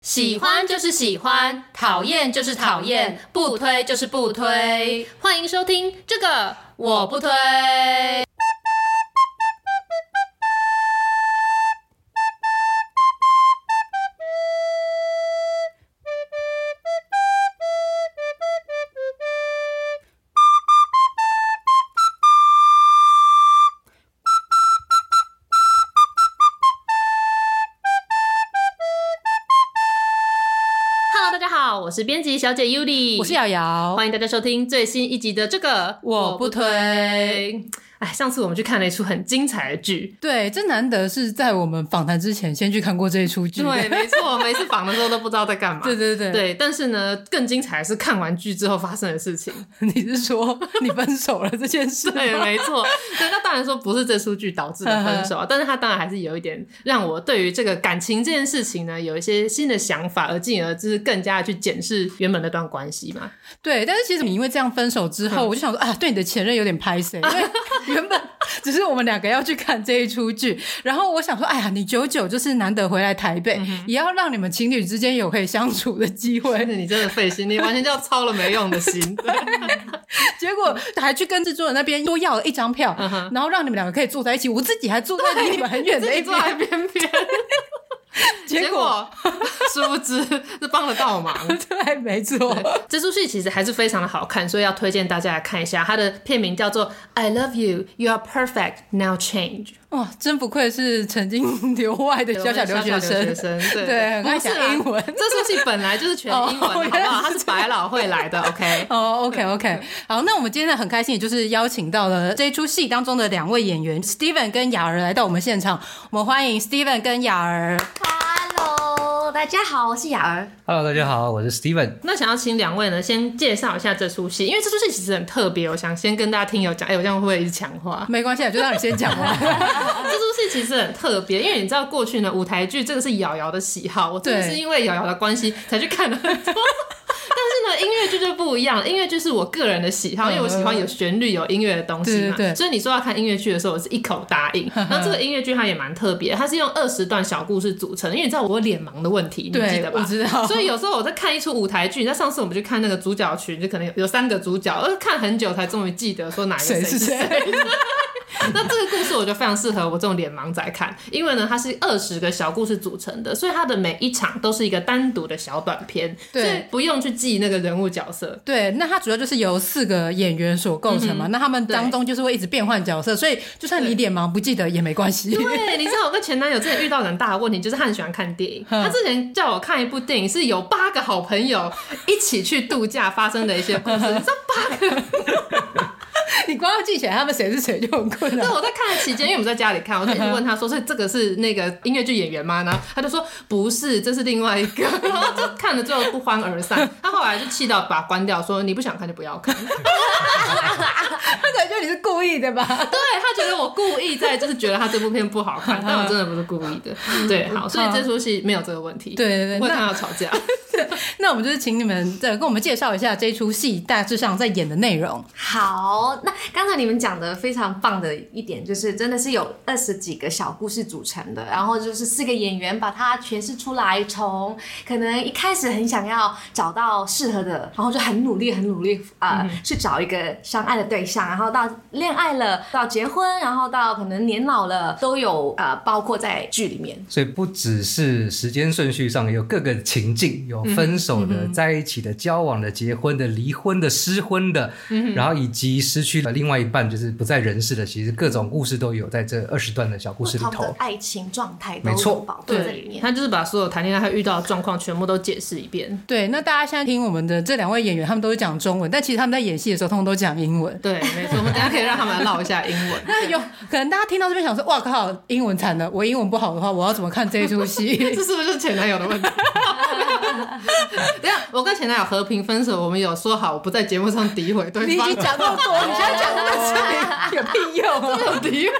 喜欢就是喜欢，讨厌就是讨厌，不推就是不推。欢迎收听这个，我不推。Hello，大家好，我是编辑小姐 Yuli，我是瑶瑶，欢迎大家收听最新一集的这个，我不推哎，上次我们去看了一出很精彩的剧。对，这难得是在我们访谈之前先去看过这一出剧。对，没错，每次访的时候都不知道在干嘛。 对对 对，对，但是呢，更精彩的是看完剧之后发生的事情。 你是说你分手了这件事吗？ 对，没错。对，那当然说不是这出剧导致的分 手啊，但是他当然还是有一点让我对于这个感情这件事情呢，有一些新的想法，而进而就是更加的去检视原本那段关系嘛。对，但是其实你因为这样分手之后，嗯我就想说啊，对你的前任有点 拍谁，因为原本只是我们两个要去看这一出剧，然后我想说，哎呀，你久久就是难得回来台北，嗯也要让你们情侣之间有可以相处的机会但， 是你真的费心，你完全叫操了没用的 心。对，结果还去跟制作人那边多要了一张票，嗯哼然后让你们两个可以坐在一起，我自己还坐在离你们很远 的自一己坐在边，边边，结 结果 殊不知是帮了倒忙。 对，没错，这出戏其实还是非常的好看，所以要推荐大家来看一下。它的片名叫做《I Love You, You Are Perfect, Now Change》。哇，真不愧是曾 经留外的小小留学生，对对很爱讲不是啦英文这出戏本来就是全英文，好哦不原好？来它是是百老汇来的，OK。哦、o k OK，好，那我们今天很开心，也就是邀请到了这一出戏当中的两位演员 Steven 跟雅儿来到我们现场，我们欢迎 Steven 跟雅儿。 Hello，大家好，我是雅儿。 Hello，大家好，我是 Steven。那想要请两位呢，先介绍一下这出戏，因为这出戏其实很特别，我想先跟大家听友讲，哎、我这样会不会一直强化？没关系，啊就让你先讲 完。这出戏其实很特别，因为你知道过去呢，舞台剧这个是瑶瑶的喜好，我真的对是因为瑶瑶的关系才去看了很多。 但是呢，音乐剧就不一样了，音乐剧是我个人的喜好，因为我喜欢有旋律、有音乐的东西嘛。嗯对对对所以你说要看音乐剧的时候，我是一口答应。然后这个音乐剧它也蛮特别，它是用二十段小故事组成，因为你知道我有脸盲的问题，你记对得，吧？我知道。所以有时候我在看一出舞台剧，那上次我们去看那个主角群，就可能有有三个主角，而看很久才终于记得说哪一个 谁是是谁？那这个故事我觉得非常适合我这种脸盲仔看，因为呢，它是二十个小故事组成的，所以它的每一场都是一个单独的小短片，所对以不用去记那个人物角色。对，那它主要就是由四个演员所构成嘛，那他们当中就是会一直变换角色，所以就算对你脸盲不记得也没关系。对，你知道我跟前男友之前遇到很大的问题，就是他很喜欢看电影。他之前叫我看一部电影，是有八个好朋友一起去度假发生的一些故事。你知道 你光要记起来他们谁是谁就很困 难对，。我在看的期间，因为我们在家里看，我就一直问他说：“是这个是那个音乐剧演员吗？”然后他就说：“不是，这是另外一个。” 然后就看了，最后不欢而散。他后来就气到把它关掉，说：“你不想看就不要看。”他感觉你是故意的吧？对他觉得我故意在，就是觉得他这部片不好看，但我真的不是故意 的。对，好，所以这出戏没有这个问题。对对对不会那看到吵 架。 那我们就是请你们再跟我们介绍一下这出戏大致上在演的内容。好，那刚才你们讲的非常棒的一点，就是真的是有二十几个小故事组成的，然后就是四个演员把它诠释出来，从可能一开始很想要找到适合的，然后就很努力、很努力啊、嗯呃去找一个相爱的对象，然后到恋爱了，到结婚，然后到可能年老了，都有呃包括在剧里面。所以不只是时间顺序上，有各个情境，有分手的、在一起的、交往的、结婚的、离婚的、失婚的，嗯然后以及失去了另外一半，就是不在人世的，其实各种故事都有在这二十段的小故不事里同的头。爱情状态都没错有包括在里对，面。他就是把所有谈恋爱他遇到的状况全部都解释一遍。对，那大家现在听我们的这两位演员，他们都是讲中文，但其实他们在演戏的时候，通通都讲英文。对，没错，我们等一下可以让他们来唠一下英文。那有可能大家听到这边想说，哇靠，英文惨了！我英文不好的话，我要怎么看这一出戏？ 这是不是前男友的 问题？等一下，我跟前男友和平分手，我们有说好，我不在节目上诋毁你 对已方经，讲那么多，你现在讲那么多，有屁用啊！有诋毁。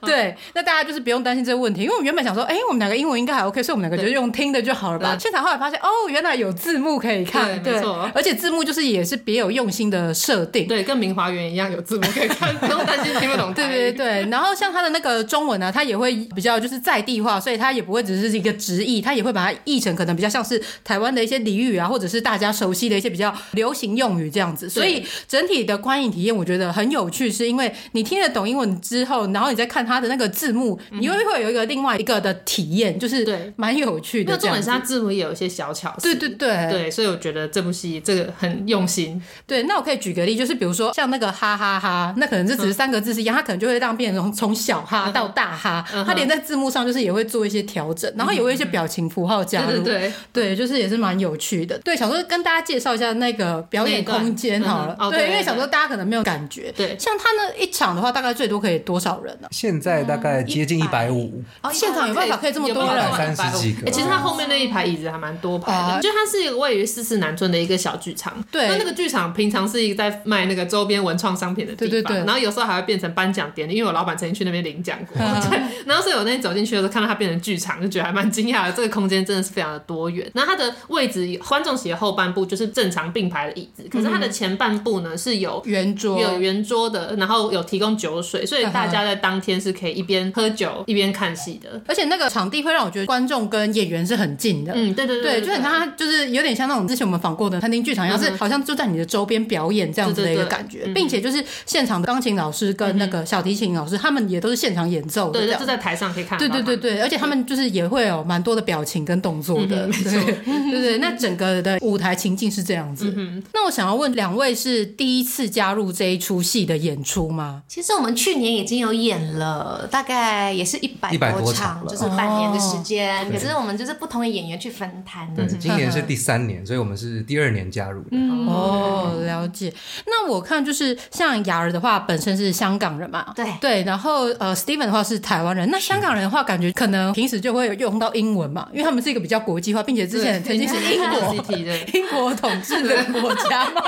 对，那大家就是不用担心这个问题，因为我们原本想说，哎、我们两个英文应该还 OK，所以我们两个就用听的就好了吧。对现场后来发现，哦，原来有字幕可以看，对没错而且字幕就是也是别有用心的设定。对，跟明华园一样有字幕可以看，不用担心听不懂台 对语。对对，然后像他的那个中文啊呢，他也会比较就是在地化，所以他也不会只是一个直译，他也会把它译成可能比较像是台湾的一些俚语啊，或者是大家熟悉的一些比较流行用语这样子。所以整体的观影体验，我觉得很有趣，是因为你听得懂英文之后，然后你再看他的那个字幕，你又会有一个另外一个的体验，就是对蛮有趣因的为这重样点是子。它字幕也有一些小巧思。对对对对，所以我觉得这部戏这个很用心。对，那我可以举个例，就是比如说像那个哈哈哈那可能这只是三个字是一样，它可能就会让变成从从小哈到大哈，嗯嗯哼嗯它连在字幕上就是也会做一些调整，然后也会有一些表情符号加对入，对对，对就是也是蛮有趣的。对，想说跟大家介绍一下那个表演空间好那，了一段嗯哼哦对，对因为对想说大家可能没有感觉，对像它呢一场的话，大概最多可以多少人呢、现在大概接近一百五，哦现场有办法可以这么多有人办法三十几个欸其实它后面那一排椅子还蛮多排啊的，就它是一个位于四四南村的一个小剧场。对那那个剧场平常是一个在卖那个周边文创商品的地方，对对对然后有时候还会变成颁奖典礼，因为我老板曾经去那边领奖过。嗯对， 然后所以我那天走进去的时候，看到它变成剧场，就觉得还蛮惊讶的。这个空间真的是非常的多元。然后它的位置，观众席的后半部就是正常并排的椅子，可是它的前半部呢是有 嗯圆桌嗯有圆桌的，然后有提供酒水，所以大家在当天是可以一边喝酒一边看戏的。而且那个场地会让我觉得观众跟演员是很近的，嗯，对对对，对，就很像他。它就是有点像那种之前我们访过的餐厅剧场一样，嗯是哼好像就在你的周边表演这样子的一个感觉对，对对并且就是现场的钢琴老师跟那个小提琴老师，他们也都是现场演奏的嗯对这对，样就。在台上可以看得对到对他对们。对，而且他们就是也会有蛮多的表情跟动作的，嗯哼没对 对对。那整个的舞台情境是这样子。嗯那我想要问两位是第一次加入这一出戏的演出吗？其实我们去年已经有演了，大概也是一百100多场场，了就是半年的时间。哦可是我们就是不同的演员去分摊的嗯对，。今年是第三年，所以我们是第二年加入的。哦，了解。那我看就是像雅儿的话，本身是香港人嘛，对对，然后呃，Steven 的话是台湾人。那香港人的话，感觉可能平时就会有用到英文嘛，因为他们是一个比较国际化，并且之前曾经是英 国 City 的。英国统治的国家嘛，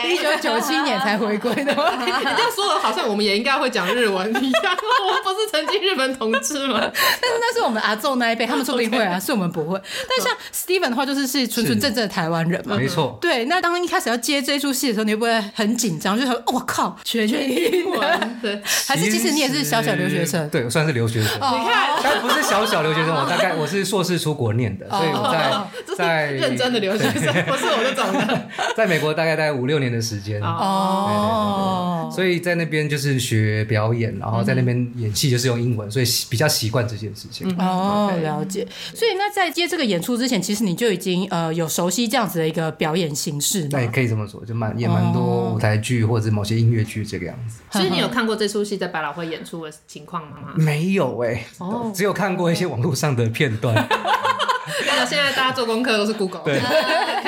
对一九九七年才回归的嘛。你这样说的，好像我们也应该会讲日文一样。 我们不是曾经日本统治吗？但是 那是我们阿昼那一辈，他们说不定会啊，是我们不会。但像 Steven 的话，就是是纯纯正正的台湾人嘛。没错，对，那当一开始要接这出戏的时候，你会不会很紧张？就想说，哦我、靠，全 英文，对，还嗯是其实你也是小小留学生？哦对，我算是留学生。你看，但不是小小留学生，我大概我是硕士出国念的，哦所以我这是在在认真的留学生，不是我这种的。在美国大概待五六年的时间，哦哦，所以在那边就是学表演，然后在那边演戏就是用英文，所以比较习惯这件事情。哦，了解。所以那在接这个演出之前，其实你就已经呃有熟悉这样子的一个表演形式那也嘛？可以这么说，就蛮也蛮多舞台剧或者某些音乐剧这个样子。所以你有看过这出戏在百老汇演出的情况吗？没有哎、哦只有看过一些网络上的片 段，啊那现在大家做功课都是 Google。 对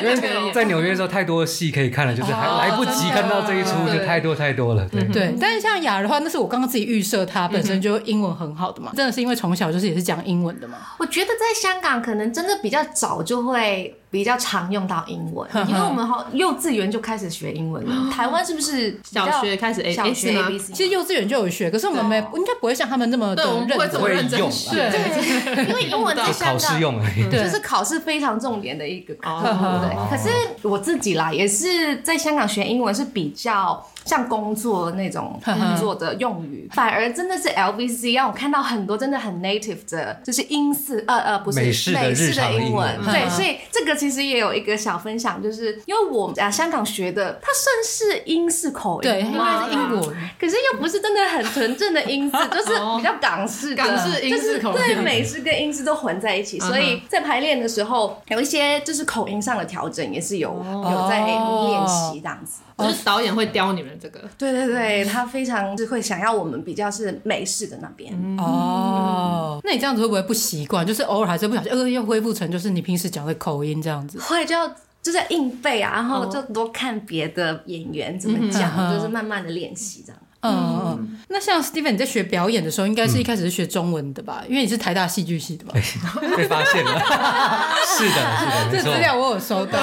因为在纽约的时候太多戏可以看了，就是还哦嗯来不及看到这一出，真的就太多太多了。对，对，但是像雅儿的话，那是我刚刚自己预设她本身就英文很好的嘛，真的是因为从小就是也是讲英文的嘛。 我觉得在香港可能真的比较早就会比较常用到英 文，因为我们好幼稚园就开始学英文了。台湾是不是比较小学开始 A- 哦小学 A- 是吗 A B C？其实幼稚园就有学，可是我们没应该不会像他们那么对，我的们不会认这真么。认会真用啊学。对，因为英文在就香考港试用而已。对就是考试非常重点的一个科目，哦对。可是我自己啦，也是在香港学英文是比较像工作那种工作的用 语，反而真的是 LVC 让我看到很多真的很 native 的，就是英式呃呃不是美式的美日式常的英英文文，对，嗯所以这个其实也有一个小分享，就是因为我啊香港学的，它算是英式口对，音应吗该？是英国人。可是又不是真的很纯正的 英式，就是比较港式的、哦港式英式口音就是对美式跟英式都混在一起，嗯哼所以在排练的时候有一些就是口音上的调整，也是有、哦有在练习这样子。就是导演会雕你们这个，对对嗯对，他非常是会想要我们比较是美式的那边。嗯哦，嗯那你这样子会不会不习惯？就是偶尔还是不小心，呃，又恢复成就是你平时讲的口音这样子。后来就要就在硬背啊，然哦后就多看别的演员怎么讲，嗯就是慢慢的练习这样。嗯，嗯，那像 Steven 你在学表演的时候，应该是一开始是学中文的吧？因为你是台大戏剧系 的嘛。 被发 现了，是的，是的，这没资错，料我有收 到。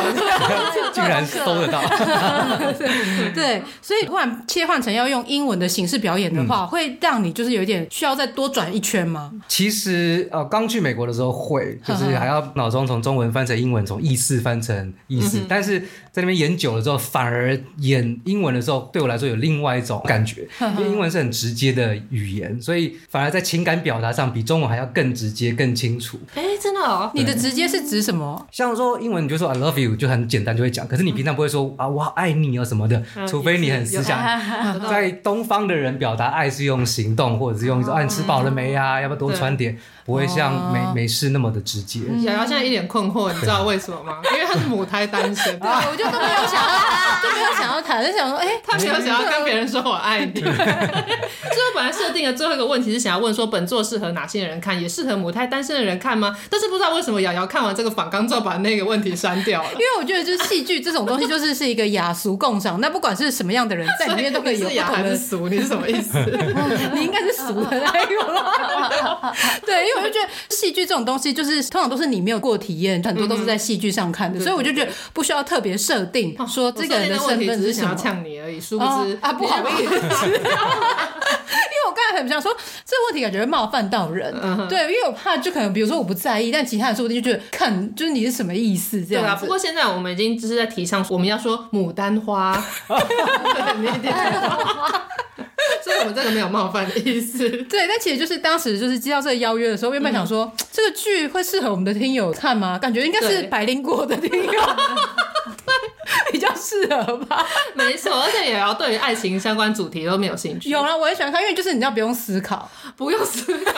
竟然搜得到。对，所以突然切换成要用英文的形式表演的话，会让你就是有一点需要再多转一圈吗？其实呃，刚去美国的时候会，就是还要脑中从中文翻成英文，从意思翻成意思。但是在那边演久了之后，反而演英文的时候，对我来说有另外一种感觉，因为英文是很直接的语言，所以反而在情感表达上比中文还要更直接、更清楚。哎、真的哦，你的直接是指什么？像说英文，你就说 I love you 就很简单就会讲，可是你平常不会嗯说啊我好爱你啊什么的，除非你很思想。 在东方的人表达爱是用行动，或者是哦用说啊你吃饱了没嗯啊，要不要多穿点，不会像美美式那么的直接。小姚现在一脸困惑，你知道为什么吗？因为他是母胎单身， 对， 我就都没有想要， 就没有想要谈，就想说，哎、他没有想要跟别人说我爱 你。所以我本来设定的最后一个问题是想要问说，本作适合哪些人看，也适合母胎单身的人看吗？但是不知道为什么瑶瑶看完这个访纲之后把那个问题删掉了因。为我觉得就是戏剧这种东西，就是是一个雅俗共赏。那不管是什么样的人，在里面都可以所有你不是雅同还的是俗？你是什么意思？ 你应该是俗的 那一种啦。对，因为我就觉得戏剧这种东西，就是通常都是你没有过体验，很多都是在戏剧上看的，所以我就觉得不需要特别设定哦说这个人的我设身定的问题份只是是什想么要。呛你而已，殊不知、哦啊不好意思， 啊因为我刚才很想说这个问题，感觉会冒犯到人。嗯对，因为我怕就可能比如说我不在意，但其他人说不定就觉得看就是你是什么意思这对啊，样不子。过现在我们已经就是在提倡，我们要说牡丹花， 你一定知道 所以我们这个没有冒犯的意思。对，但其实就是当时就是接到这个邀约的时候，原本想嗯说、这个剧会适合我们的听友看吗？感觉应该是对百灵果的听友比较适合吧。没错，而且也要对于爱情相关主题都没有兴趣，有啦，我也喜欢看，因为就是你知道不用思考，不用思考。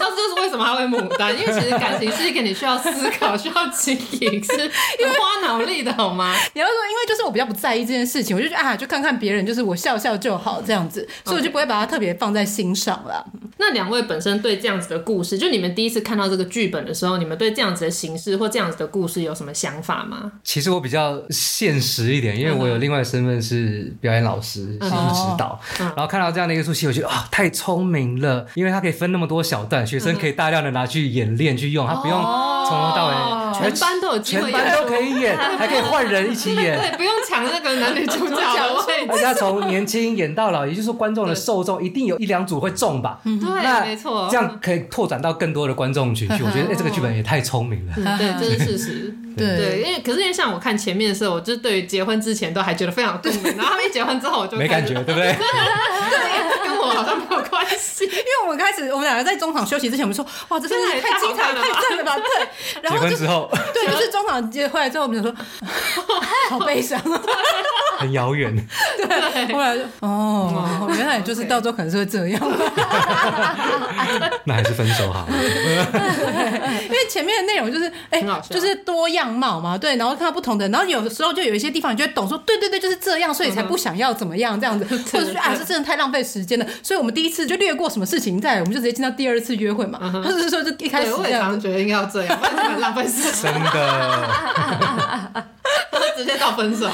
但是这是为什么他会牡丹，因为其实感情是一个你需要思考、需要经营、是很花脑力的好吗？你要说因为就是我比较不在意这件事情，我就觉得啊，就看看别人，就是我笑笑就好这样子，所以嗯我就不会把它特别放在心上啦。那两位本身对这样子的故事，就你们第一次看到这个剧本的时候，你们对这样子的形式或这样子的故事有什么想法吗？其实我比较现实一点，因为嗯我有另外的身份是表演老师、戏剧指哦导，嗯然后看到这样的一个出戏，我觉得啊，太聪明了，因为它可以分那么多小段，学嗯生可以大量的拿去演练去用，他不用从头到尾，哦全班都有机会演哦全班出，都可以 演，还可以换人一起演。对，不用抢那个男女主角的位置。而且他从年轻演到老，也就是说观众的受众一定有一两组会中吧？对，那没错，这样可以拓展到更多的观众群 去。我觉得哎，这个剧本也太聪明了。嗯对，这是事实。对对，因为可是因为像我看前面的时候，我就是对于结婚之前都还觉得非常共鸣，然后他们一结婚之后，我就 没感开 觉，始，对不对？ 对，跟我好像没有关系。因为我们开始，我们两个在中场休息之前，我们说哇，这真的是太精彩、真的也太好太看赞了吧？ 对，然后结婚就之后对，就是中场结回来之后，我们就 说好悲伤。啊很遥远。 后来就哦，原来就是到时候可能是会这样，那还是分手 好了。因为前面的内容就是哎、很好笑就是多样貌嘛，对，然后看到不同的，然后有时候就有一些地方你就会懂说，对对对，就是这样，所嗯以才不想要怎么样 这样子，或者是啊，这真的太浪费时间了，所以我们第一次就略过什么事情，再来我们就直接进到第二次约会嘛，或者是说就一开嗯始对，我这也常样常子。觉得应该要这样，不然就很浪费时 间，真的，直接到 分手。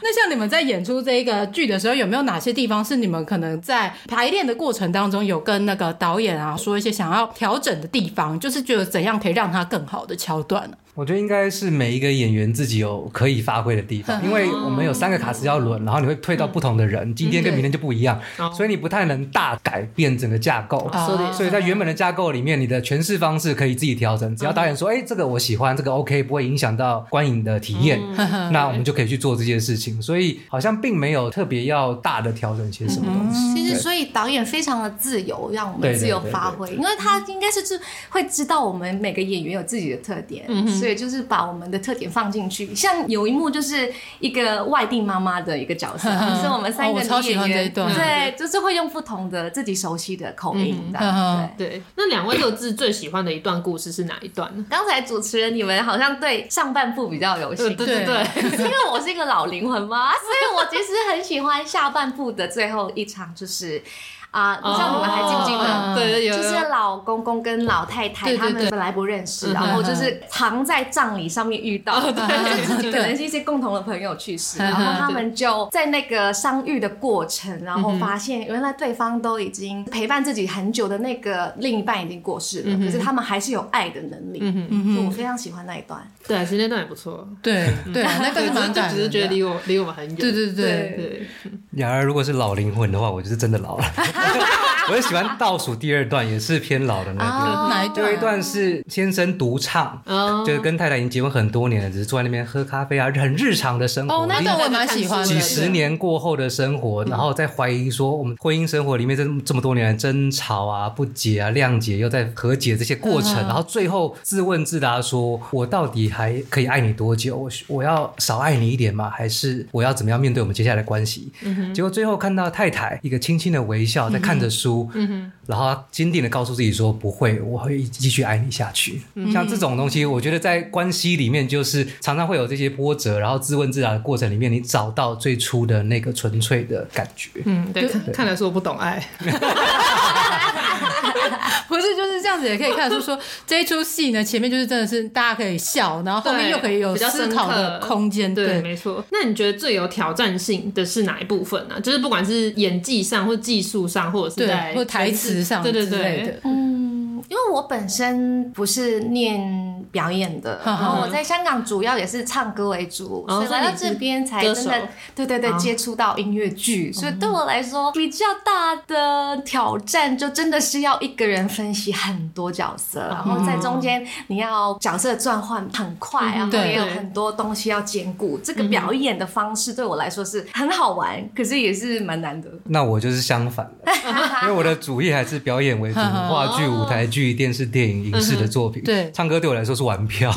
那像你们在演出这个剧的时候，有没有哪些地方是你们可能在排练的过程当中有跟那个导演啊说一些想要调整的地方，就是觉得怎样可以让它更好的桥段呢、我觉得应该是每一个演员自己有可以发挥的地 方，因为我们有三个卡司要轮，然后你会退到不同的人，今天跟明天就不一样，哦所以你不太能大改变整个架构。啊说的也所以在原本的架构里面，你的诠释方式可以自己调整，只要导演嗯说，哎、这个我喜欢，这个 OK，不会影响到观影的体验，嗯嗯那我们就可以去做这件事情。所以好像并没有特别要大的调整些什么嗯东西。其实，对所以导演非常的自由，让我对对们自由对发对挥，因为他应该是知会知道我们每个演员有自己的特点，嗯所以就是把我们的特点放进去。像有一幕就是一个外地妈妈的一个角色，嗯是我们 三哦个我女超喜演欢这一员，段对，就是会用不同的自己熟悉的口音的。嗯哼对，哦对，那两位各自最喜欢的一段故事是哪一段呢？刚才主持人你们好像对上半部比较有兴趣， 对呃 对，是因为我是一个老灵魂吗？ 所以我其实很喜欢下半部的最后一场，就是啊，不知道你们还记不记哦得？ 对，有就是老公公跟老太太对对他对们本来不认识，嗯然后就是藏在葬礼上面遇到， 就是自己可能是一些共同的朋友去世，哦嗯然后他们就在那个相遇的过程，然嗯后发现原来对方都已经陪伴自己很久的那个另一半已经过世嗯了，可是他们还是有爱的能力。所以我非常喜欢那一段。对，其实那段也不错， 对对，啊那个对，是蛮就感只人是的觉得离我离我们很远，对对对对对，然而，如果是老灵魂的话，我就是真的 老了。 我就喜欢倒数第二段，也是偏老的那个。啊哪一最后一段？段是先生独唱，嗯哦就是跟太太已经结婚很多年了，只是坐在那边喝咖啡啊，很日常的生活。哦，那段我也蛮喜欢的。已经几十年过后的生活，然后再怀疑说我们婚姻生活里面这这么多年来争吵啊、不解啊、谅解，又在和解这些过程，然后最后自问自答说：我到底还可以爱你多久？我我要少爱你一点吗？还是我要怎么样面对我们接下来的关系？结果最后看到太太一个轻轻的微笑，在看着书，然后她坚定的告诉自己说：“不会，我会继续爱你下去。像这种东西，我觉得在关系里面，就是常常会有这些波折，然后自问自答的过程里面，你找到最初的那个纯粹的感觉。嗯，对，看看来是我不懂爱，不是就是这样子，也可以看得出说这一出戏呢，前面就是真的是大家可以笑，然后后面对又可以有比较思深考的刻空间，对，对。没错。那你觉得最有挑战性的是哪一部分呢、啊就是不管是演技上，或技术上，或者是对在或台词上对对之类的对，嗯，因为我本身不是念表演 的，哈然哈后我在香港主要也是唱歌为主，哦所以所来以到你这是边才歌真手的对对对哦接触到音乐剧，所以对我来说比较大的挑战就真的是要一个人分析很多角色，嗯然后在中间你要角色转换很快，啊然后对也有嗯对嗯很多东西要兼顾。这个表演的方式对我来说是很好玩，可是也是蛮难得。那我就是相反的，因为我的主业还是表演为主，话剧、舞台剧、电视、电影、影视的作品。对唱歌对我来说是玩票，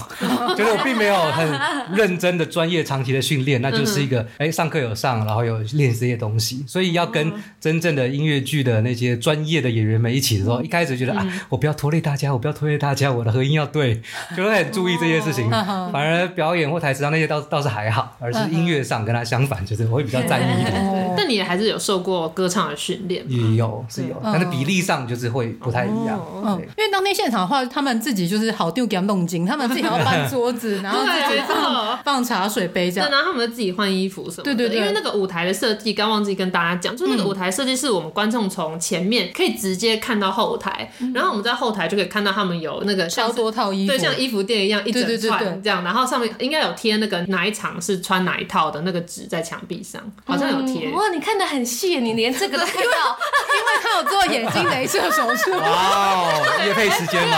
就是我并没有很认真的专业、长期的训练，那就是一个哎，上课有上，然后有练这些东西，所以要跟真正的音乐剧的那些专业的演员们一起的时候，一开始觉得啊，我不要拖累大家，我不要拖累大家，我的和音要对，就会很注意这些事情。反而表演或台词上那些倒倒是还好，而是音乐上跟他相反，就是我会比较在意一点。哦但你也还是有受过歌唱的训练嘛。也有是有，嗯但是比例上就是会不太一样。嗯，对，因为当天现场的话，他们自己就是好丢给他们弄精，他们自己还要搬桌子，然啊后自己对没放错放茶水杯对，这啊样。然后他们自己换衣服什么的，对对对因为那个舞台的设计，刚忘记跟大家讲，就是那个舞台设计是我们观众从前面可以直接看到后台，然后我们在后台就可以看到他们有那个像超是多套衣服，对，嗯像衣服店一样一整对对对对串这样，然后上面应该有贴那个哪一场是穿哪一套的那个纸在墙壁上，好像有贴。嗯哇，你看的很细，你连这个都看 到。因为他有做眼睛镭射手术哇哦，夜配时间吗？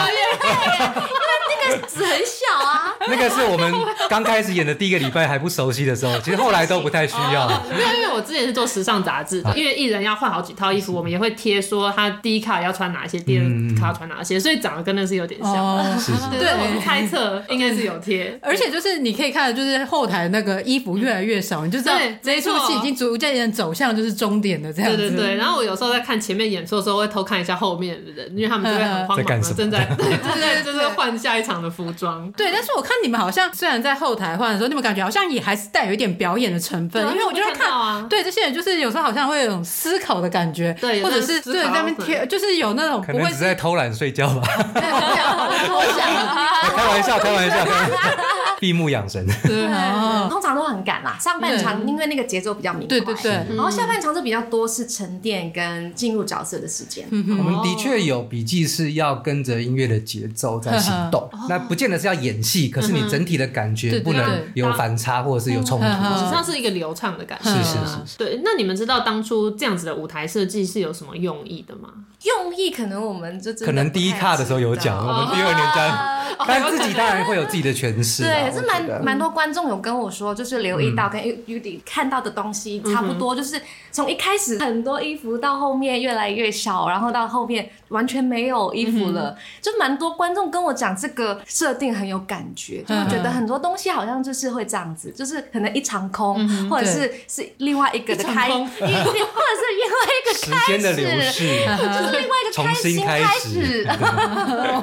纸很小啊，那个是我们刚开始演的第一个礼拜还不熟悉的时候，其实后来都不太需要。没有，因为我之前是做时尚杂志的，因为艺人要换好几套衣服，我们也会贴说他第一卡要穿哪些，第二卡要穿哪些，所以长得跟那是有点像。哦，是是，对，所以我是猜测应该是有贴。而且就是你可以看的，就是后台那个衣服越来越少，你就知道对这一出没错戏已经逐渐走向就是终点的这样对子。对对，然后我有时候在看前面演出的时候，会偷看一下后面的人，因为他们就会很在慌忙干嘛，什么正在对正在对正在换下一场的服装。对，但是我看你们好像虽然在后台换的时候，你们感觉好像也还是带有一点表演的成分，对因为我觉得我看到啊对这些人就是有时候好像会有种思考的感觉，对有或者那是种思对考在那边贴，就是有那种可不能会只是在偷懒睡觉吧。对我想我想开玩笑，开玩笑，开玩笑。闭目养神。 对， 哦嗯们通常都很赶啦，上半场对因为那个节奏比较明快，对对 对，然后下半场就比较多是沉淀跟进入角色的时间。嗯我们的确有笔记是要跟着音乐的节奏在行动，那不见得是要演戏，可是你整体的感嗯觉哼不对能对有反差或者是有冲突。嗯嗯实际上是一个流畅的感觉。是是是对，那你们知道当初这样子的舞台设计是有什么用意的吗？用意可能我们就真的可能第一不太卡的时候有知道哦讲，我们第二年加，但自己当然会有自己的诠释啊。对，我是觉得嗯蛮蛮多观众有跟我说，就是留意到跟 Udi 看到的东西差不多，就是从一开始很多衣服到后面越来越少，然后到后面完全没有衣服嗯了，就蛮多观众跟我讲这个设定很有感觉，就会觉得嗯很多东西好像就是会这样子，就是可能一场嗯空，或者是是另外一个的开，一一场空或者是另 外一个时开间始，的流逝，就是另外一个重开新心开开始始。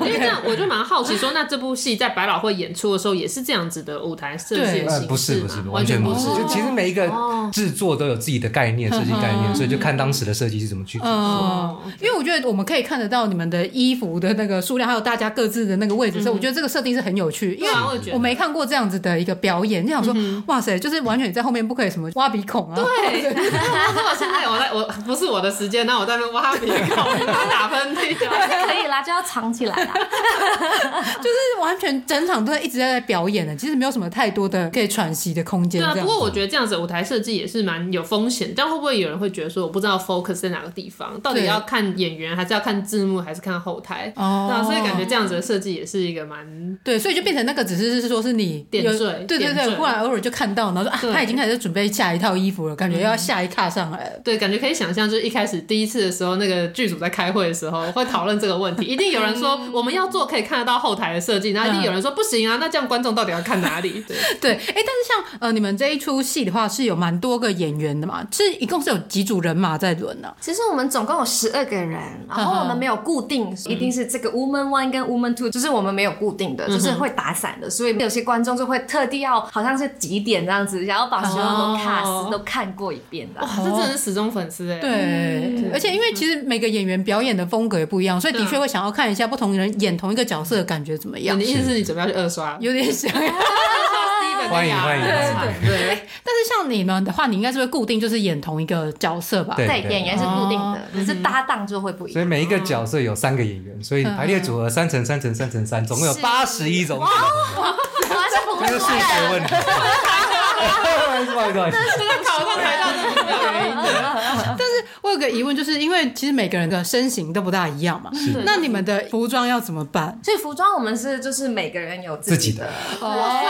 因为这样我就蛮好奇，说那这部戏在百老汇演出的时候也是这样子的舞台设计对的呃，形不是式不吗是，完完全全不是是。哦就其实每一个制作都有自己的概念、设计概嗯念，所以就看当时的设计是怎么去哦做。哦嗯，因为我觉得我们可以看得到你们的衣服的那个数量，还有大家各自的那个位嗯置，所以我觉得这个设定是很有趣，因对为。啊，我也觉 我得。没看过这样子的一个表演，就想说，哇塞，就是完全你在后面不可以什么挖鼻孔啊，嗯 对，如果现在我在我不是我的时间，那我在那边挖鼻孔，他打喷嚏啊。 可以啦，就要藏起来啦。 就是完全整场都在一直在表演的，其实没有什么太多的可以喘息的空间。对啊，这不样过我觉得这样子舞台设计也是蛮有风险，但会不会有人会觉得说我不知道 focus 在哪个地方，到底对要看演员，还是要看字幕，还是看后台？哦对啊，所以感觉这样子的设计也是一个蛮对，所以就变成那个只是是说是你点有缀对对点对，缀忽然偶尔就看到，然后说对嗯啊，他已经开始准备下一套衣服了，感觉要下一卡上来了。 对，感觉可以想象，就是一开始第一次的时候，那个剧组在开会的时候会讨论这个问 题，一定有人说我们要做可以看得到后台的设计，然后一定有人说不行啊，那这样观众到底要看哪里？ 啊对，对，哎，但是像呃，你们这一出戏的话是有蛮多个演员的嘛，是一共是有几组人马在轮啊呢、其实我们总共有十二个人，然后我们没有固嗯定，一定是这个 woman one 跟 woman two，就是我们没有固定嗯的，就是会打散的，所以有些观众就会特地要好像是几点这样子，然后把所有哦的卡司都看过一遍的哇。，哦这真的是死忠粉丝哎、对，而且因为其实每个演员表演的风格也不一样，所以的确会想要看一下不同人演同一个角色的感觉怎么样你的，意思是你 准备要去二刷？有点像。二刷 Steven 欢迎欢迎欢迎对对但是像你们的话，你应该是会固定就是演同一个角色吧？对对，演员是固定的，只是搭档就会不一所以样。每一个角色有三个演员，所以排列组合三乘三乘三乘三，总共有嗯是八十一种组我要是合，这不个数学问 题。不好意思，不好意思，对，在考上台大这不是没有原因的。我有个疑问，就是因为其实每个人的身形都不大一样嘛，那你们的服装要怎么办？所以服装我们是就是每个人有自自己己的的，，哇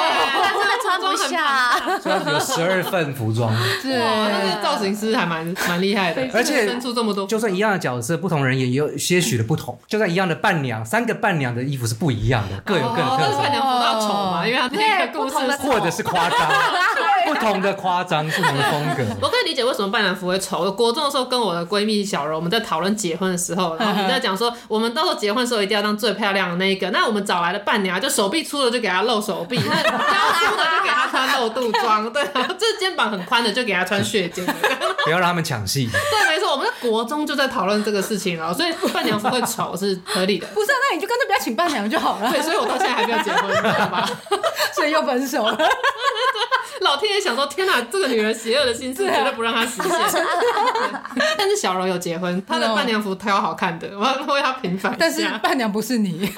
真的穿 不下。所以有十二份服装。对，哇，那这造型师还蛮蛮厉 害的，而且分出这么多，就算一样的角色，不同人也有些许的不同。就算一样的伴娘，三个伴娘的衣服是不一样的，各有各的哦，但是特伴色，娘服到丑嘛，因为他那个故事对不同的是或者是夸张， 不同的夸张，不同的风格。我可以理解为什么伴郎服会丑。我国中的时候跟我的闺蜜小柔，我们在讨论结婚的时候，然后我们在讲说，我们到时候结婚的时候一定要当最漂亮的那一个。那我们找来的伴娘，就手臂粗的就给她露手臂，那腰粗的就给她穿露肚装，对啊，这肩膀很宽的就给她穿削肩。对， 不要让他们抢戏。没错，我们在国中就在讨论这个事情了，所以伴娘服会丑是合理的。不是、啊，那你就干脆不要请伴娘就好了，对，所以我到现在还没有结婚，你知道吧？ 所以又分手 了。啊老天爷想说，天哪，这个女人邪恶的心思绝对不让她实现。 但是小柔有结婚，她的伴娘服挑好看的，我要为她平反一下。但是伴娘不是你，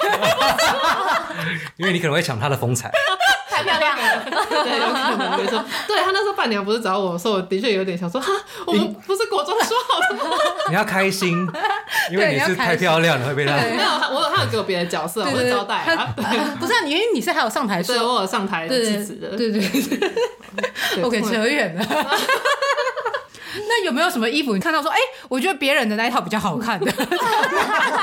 因为你可能会抢他的风采， 太漂亮了， 对，有可能没错。对她那时候伴娘不是找我说，我的确有点想说，哈，我们不是国中说好的吗？你要开心，因为你是太漂亮了，会被他。 没有，我有还有给我别的角 色，我有招待 啊。他不是、啊、你，因为你是还有上台对，说，我有上台对致辞的。对对对对，OK，不会扯远 了。那有没有什么衣服你看到说，哎、我觉得别人的那一套比较好看的？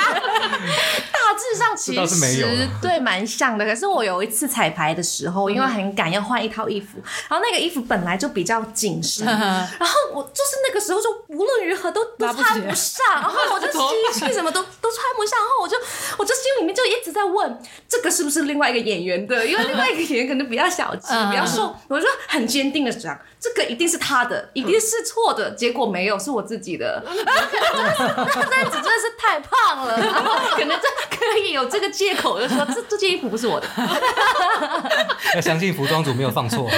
大致上其这倒是没有实啊对蛮像的。可是我有一次彩排的时嗯候，因为很赶要换一套衣服，然后那个衣服本来就比较紧身，然后我就是那个时候就无论如何都拉都不穿起来不上，然后我就吸气什么都都穿不上，然后我就我就心里面就一直在问，这个是不是另外一个演员的？因为另外一个演员可能比较小只嗯，比较瘦，我就很坚定的讲，这个一定是他的，一定是错的。结果没有，是我自己的。那子真的是太胖了，然后可能这可以有这个借口，就说这这件衣服不是我的。 要相信服装组没有放错，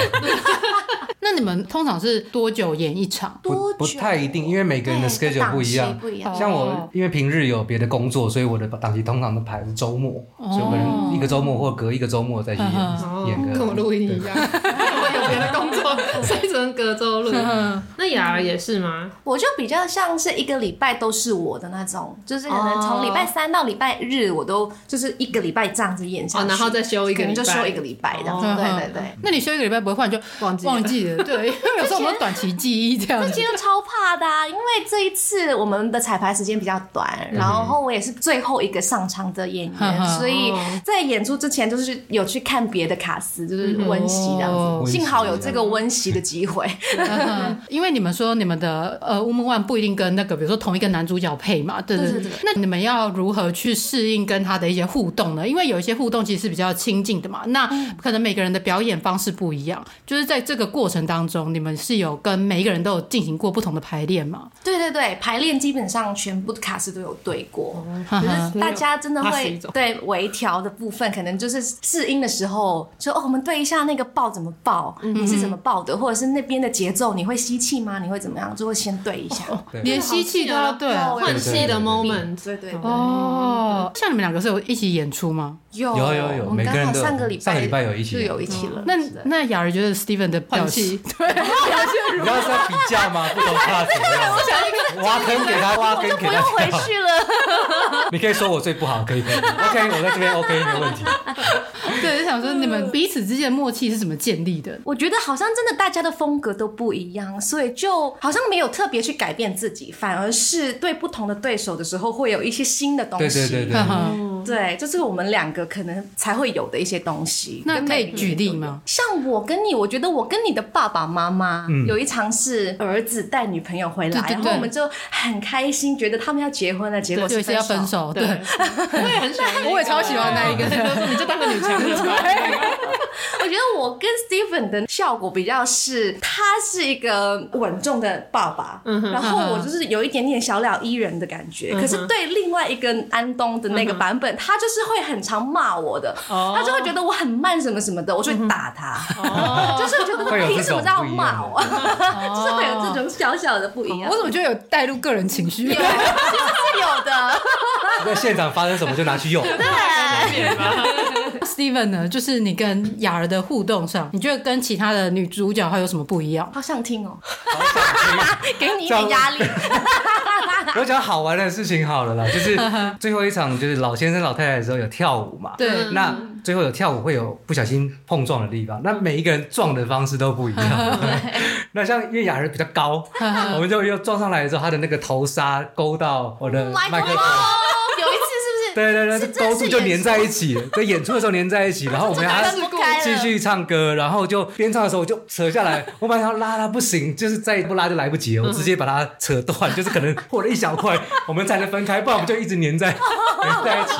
那你们通常是多久演一场？多不久不太一定，因为每个人的对 schedule 不一档样期。不一样哦。像我，因为平日有别的工作，所以我的档期通常都排是周末，哦所以我可能一个周末或隔一个周末再去嗯演、哦演个。跟我录音一 样，我有别的工作，所以只能隔周录。嗯那雅儿也是吗？我就比较像是一个礼拜都是我的那种，就是可能哦从礼拜三到礼拜日，我都就是一个礼拜这样子演下去，哦然后再休一个可能就礼拜休一个礼拜这样子。哦对对对。那你休一个礼拜不会换就忘记了忘记了，对，因为有时候我们都短期记忆这样这子其。实超怕的、啊，因为这一次我们的彩排时间比较短，嗯然后我也是最后一个上场的演员，嗯所以哦在演出之前就是有去看别的卡司，嗯就是温习这哦样温子，习幸好有这个温习的机会。 嗯因为你们说你们的呃《Woman One》不一定跟那个比如说同一个男主角配嘛，对对对对对那你们要如何去适应跟他的一些互动呢？因为有一些互动其实是比较亲近的嘛，那嗯可能每个人的表演方式不一样，就是在这个过程当中，你们是有跟每一个人都有进行过不同的排练嘛？对对对，排练基本上全部的卡司都有对过，哈可哈是大家真的81会种对微调的部分，可能就是试音的时候，就哦，我们对一下那个爆怎么爆，嗯你是怎么爆的，或者是那边的节奏，你会吸气吗？你会怎么样？就会先对 一下。对连吸气都要对好气哦换戏的 moment，对对对哦，像你们两个是有一起演出吗？有有有有我们每个刚人好都有上个礼拜上个礼拜有一起就有一起了。嗯那那雅儿觉得 Steven 的表换戏情，对，你刚刚是在比较吗？不懂怕怎么样？挖坑给他，挖坑给他跳。去了，你可以说我最不好，可以可以。OK，我在这边 OK 没 问题。哦 对，就想说你们彼此之间的默契是怎么建立的？我觉得好像真的大家的风格都不一样，所以就好像没有特别去改变自己，反而是对不同的对手的时候会有一些新的东对西。对对对哈，哈，对，就是我们两个可能才会有的一些东西。那跟可每以个举例吗？像我跟你，我觉得我跟你的爸爸妈妈、有一场是儿子带女朋友回来，嗯对对对然后我们就很开心，觉得他们要结婚了，结果对，是是要分。手，对，我也很喜欢那个， 我也超喜欢那一个很多说你就当个女强人吧。 我觉得我跟 Steven 的效果比较是，他是一个稳重的爸爸，然嗯后哼嗯我就是有一点点小鸟依人的感觉。哼可是对另外一个安东的那个版本，他就是会很常骂我的，哦他就会觉得我很慢什么什么的，我就会打他。哦， 就是我觉得会有凭这什么种这样不一骂样我？ 就是会有这种小小的不一哦样。我怎么觉得有带入个人情绪？有？是有的。在现场发生什么就拿去用。 Steven 呢？就是你跟雅儿的互动上，你觉得跟其他的女主角还有什么不一样？好想 听哦，好想听给你一点压力。有讲好玩的事情好了啦，就是最后一场就是老先生老太太的时候有跳舞嘛，对，那最后有跳舞会有不小心碰撞的地方，那每一个人撞的方式都不一样。 那像因为雅儿比较高，我们就又撞上来的时候，她的那个头纱勾到我嗯的麦克风。哦有一次是不是？对对对，是这勾住就这是演粘在一起了，在演出的时候粘在 一起，然后我们还分不开继了。续唱歌，然后就边唱的时候我就扯下 来，我本来要拉拉不行，就是再不拉就来不及了，我直接把它扯断，就是可能破了一小 块，我们才能分开，不然我们就一直粘在粘在一起。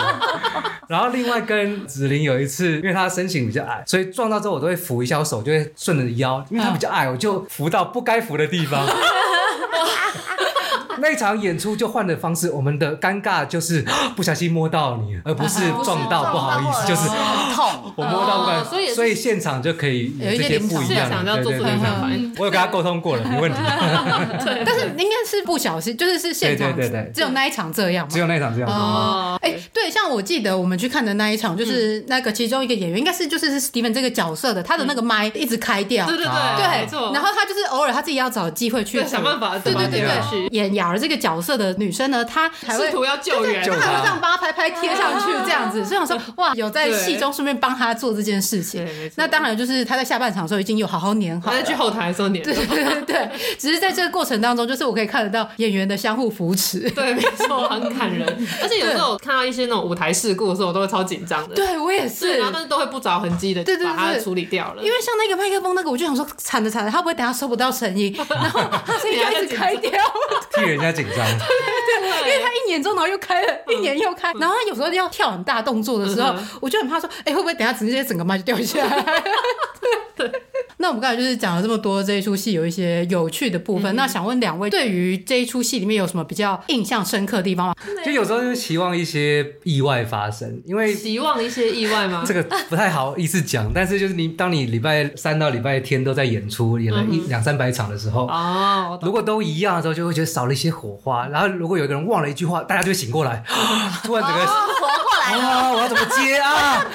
然后另外跟子琳有一次，因为她身形比较矮，所以撞到之后我都会扶一下，我手就会顺着腰，因为她比较矮，我就扶到不该扶的地方。 那一场演出就换的方式，我们的尴尬就是 不小心摸到你，而不是撞到，不好意思，就是很痛。我摸到不敢，哦所以也是所以现场就可以有这些不一现样场的，要对做对出对临场对。反嗯应，我有跟他沟通过了，没问题。但是应该是不小心，就是是现场对对对对只有那一场这样嘛只。有那一场这样子。哦，哎、对，像我记得我们去看的那一场，就是那个其中一个演员，应该是就是是 Steven 这个角色的，他的那个麦一直开掉，对对啊对，对，没错。然后他就是偶尔他自己要找机会去对想办法对对对怎么样对，演雅儿这个角色的女生呢，她还会试图要救援对对她还救她会这样帮她拍拍贴上去这样子，所以我说哇，有在戏中顺便帮她做这件事情对没错。那当然就是她在下半场的时候已经有好好粘好我在了。去后台的时候黏 对着。对对对，只是在这个过程当中，就是我可以看得到演员的相互扶持。对，没错，很感人。而且有时候我看到一些那种舞台事故的时候，我都会超紧张的。 对我也是对，，然后但是都会不着痕迹的对对对把它处理掉了。因为像那个麦克风那个，我就想说惨了惨了，他会不会等下收不到声 音，然后他声音 就一直开掉。替人家紧张，因为他一年之后，然后又开了，一年又开，然后他有时候要跳很大动作的时候嗯， 我就很怕说，哎，会不会等下直接整个麦就掉下来？对。那我们刚才就是讲了这么多这一出戏有一些有趣的部分，那想问两位，对于这一出戏里面有什么比较印象深刻的地方吗？就有时候就期望一些意外发生，因为期望一些意外吗？这个不太好意思讲，但是就是你当你礼拜三到礼拜天都在演出，演了一两三百场的时候，哦，我懂如果都一样的时候，就会觉得少了一些火花。然后如果有一个人忘了一句话，大家就会醒过来， 突然整个活过来了。啊，我要怎么接啊？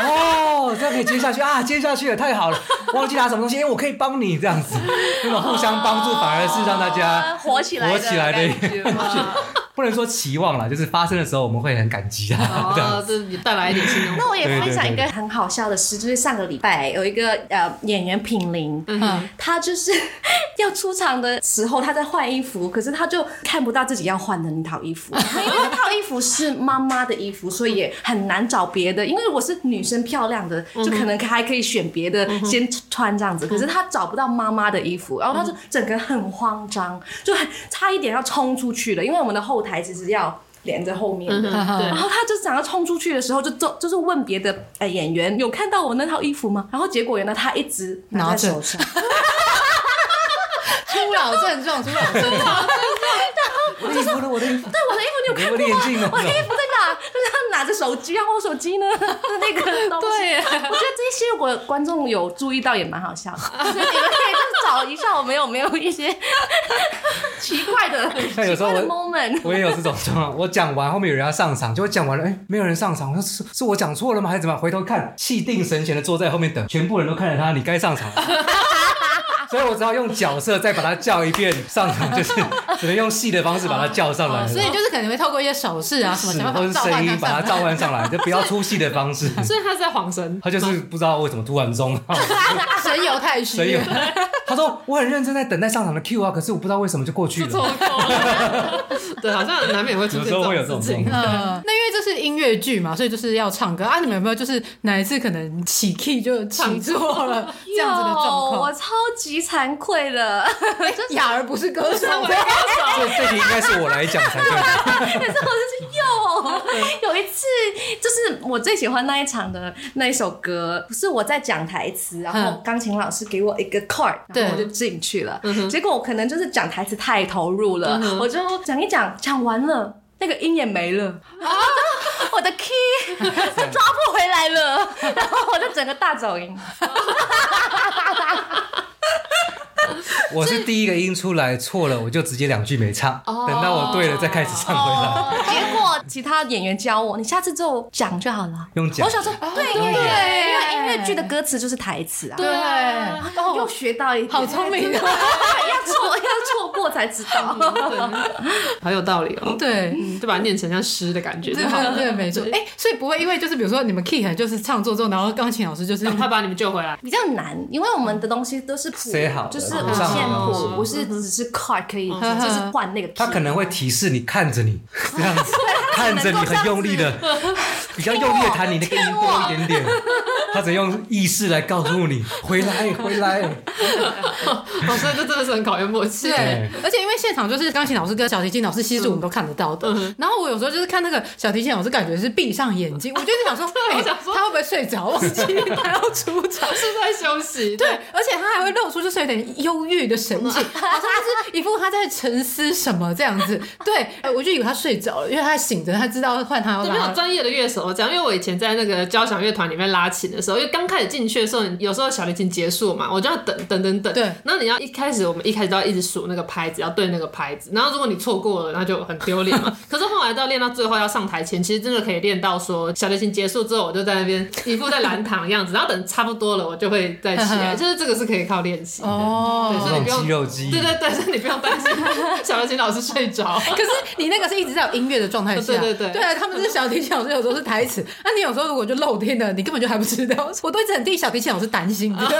哦，这样可以接下去啊，接下去了，太好了！忘记拿什么东西，哎、我可以帮你这样子，那种互相帮助反而是让大家火起来火起来的感觉吗不能说期望啦，就是发生的时候我们会很感激啊。这样哦，这带来一点新的那我也对对分享一个对很好笑的事，就是上个礼拜有一个呃演员品玲，嗯，她就是 要出场的时候，她在换衣服，可是她就看不到自己要换的那套衣 服，因为那套衣服是妈妈的衣服，所以也很难找别的。因为我是女生漂亮嗯的，就可能还可以选别的先穿这样子，可是她找不到妈妈的衣服，然后她嗯就整个很慌张，就很差一点要冲出去了，因为我们的后台其实要连着后面的。嗯哼对然后他就想要冲出去的时候，就就就是问别的呃演员有看到我那套衣服吗？然后结果原来他一直拿拿在着手上， 初老症状， 初老症状。我的衣服呢？我的衣服，对我的衣服你有看我的眼镜呢？我的衣服在哪？就是他拿着手机，然后我手机呢？那个东西，对我觉得这些如果观众有注意到也蛮好笑的， 所以你们可以就是找一下我们有没有一些奇 怪的像有奇时候怪的我 moment。我也有这种状况，我讲完后面有人要上场，结果讲完了，哎、没有人上场，我说是是我讲错了吗？还是怎么样？回头看，气定神闲的坐在后面等，全部人都看着他，你该上场了。所以我只好用角色再把他叫一遍上场，就是只能用戏的方式把他叫上来。哦所以就是可能会透过一些手势啊什么，是想办法或是召唤声他音把上他召来。唤上来，就不要出戏的方式。所以 他是在晃神，他就是不知道为什么突 然中，神游太虚，所以他说我很认真在等待上场的 Q 啊，可是我不知道为什么就过去就错了。过了。对，好像难免会出现有时候会有这这种事状情。况嗯，那因为这是音乐剧嘛，所以就是要唱歌啊。你们有没有就是哪一次可能起 key 就起错了这样子的状有我况？哎超级惭愧的，雅儿不是歌手，这这题应该是我来讲才对。可是我就是 有有一次，就是我最喜欢那一场的那一首歌，是我在讲台词，然后嗯钢琴老师给我一个 card，对嗯然后我就进去了。结果我可能就是讲台词太投入了，我就讲一讲，讲完了。那个音也没了，啊、 我的 key 抓不回来 了，然后我就整个大走音。 我是第一个音出来错了，我就直接两句没唱，哦等到我对了再开始唱回来，结果其他演员教我，你下次就讲就好了。用讲我。想说，对对耶，因为音乐剧的歌词就是台词啊。啊对，又哦，学到一点，好聪明对啊！ 要错要错过才知道。对 好有道理哦。对。就把它念成像诗的感觉就对好对了。对，没错。哎、所以不会因为就是比如说你们 key 可能就是唱做作，然后钢琴老师就是哦他把你们救回来。 比较难，因为我们的东西都是谱写好，的就是五谱上线好的东谱西，不是只是 card 可以，嗯就是换那个 key。他可能会提示你看着你哦这样 子，看着你很用力的，比较用力的弹你那个音多一点点，他只用意识来告诉你回 来回来。哦，所以这真的是很考验默契。对对，而且因为现场就是钢琴老师跟小提琴老师，其实我们都看得到的。然后我有时候就是看那个小提琴老师，感觉是闭上眼睛，我就是想说，哎、想说他会不会睡着，忘记他要出场？是在休息。对，，而且他还会露出就是有点忧郁的神 情，好像就是一副他在沉思什么这样子。对，哎我就以为他睡着了，因为他醒着，他知道换他要这边拉有。专业的乐手讲，因为我以前在那个交响乐团里面拉琴的时候，因为刚开始进去的时候，你有时候小提琴结束嘛，我就要等等等等。对然后你要一开始我们一开始都要一直数那个拍子，要对那个拍子。然后如果你错过了，那就很丢脸 嘛。可是后来到练到最后要上台前，其实真的可以练到说小提琴结束之后，我就在那边一副在蓝躺的样子，然后等差不多了，我就会再起 来。就是这个是可以靠练习的。对，所哦，以你不用那种肌肉记忆对对对，所以你不用担心小提琴老师睡着。可是你那个是一直在有音乐的状态下，对对对对啊，他们是小提琴老师有时候是台词，那你有时候如果就漏听了，你根本就还不知 道。我都一直很替小提琴老师担心，你知道吗？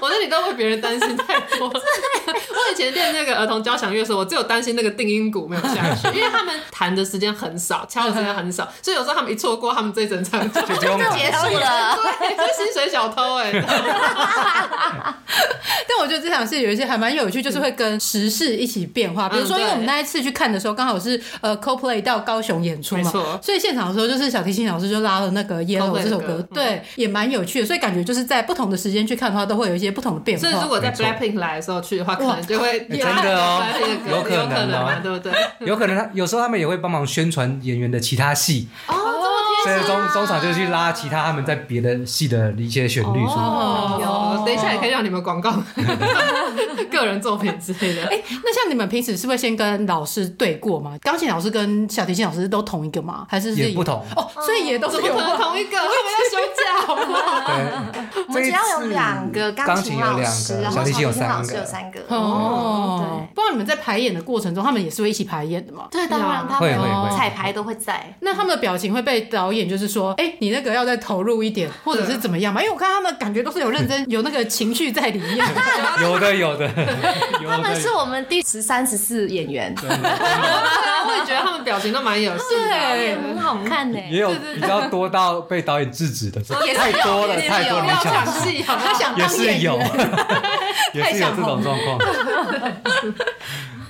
我觉得你都为别人担心太多。我以前练那个儿童交响乐的时候，我只有担心那个定音鼓没有下 去，因为他们弹的时间很少，敲的时间很 少，所以有时候他们一错过，他们这一整场就 就不用 结束了，欸对，这是薪水小偷哎、但我觉得这场戏有一些还蛮有趣，就是会跟时事一起变化。比如说，嗯因为我们对那一次去看的时候，刚好是呃 CoPlay 到高雄演出没嘛，错所以现场的时候就是小提琴老师就拉了那个 Yellow Coldplay 这首哦的歌歌，嗯对，也蛮有趣的。所以感觉就是在不同的时间去看的话，都会有一些不同的变所以如化。果在没错 Blackpink 来的时候去的话，可哇能就会哎真的哦 Blackpink 的歌有有可能哦可能啊，对不对？有可能他有时候他们也会帮忙宣传演员的其他戏，哦，所以中中场就去拉其他他们在别的戏的一些旋律出来。哦，等一下也可以让你们广 告个人作品之类的。哎、那像你们平时是会先跟老师对过吗？钢琴老师跟小提琴老师都同一个吗？还是是也不同哦，所以也都是怎么有可能不同。同一个？会不 会要休假？好不好？ 对，我们这只一要有次两个钢琴琴有老两师，个，然小后提提琴有老三师有个，三个。哦嗯，不知道你们在排演的过程中，他们也是会一起排演的吗？对，对，啊当然他会会们会哦彩排都会在。那他们的表情会被导演就是说，哎、你那个要再投入一点，或者是怎么样嘛？因为我看他们感觉都是有认真，有那个情绪在里 面。有的有 的，有他们的是我们第十三、十四演员，啊我也觉得他们表情都蛮有戏也的。啊很好看欸呢。也有比较多到被导演制止的，太多了也是有太多不了，要你抢想戏，好不好他想也当是演有员，， 也是有这种状况。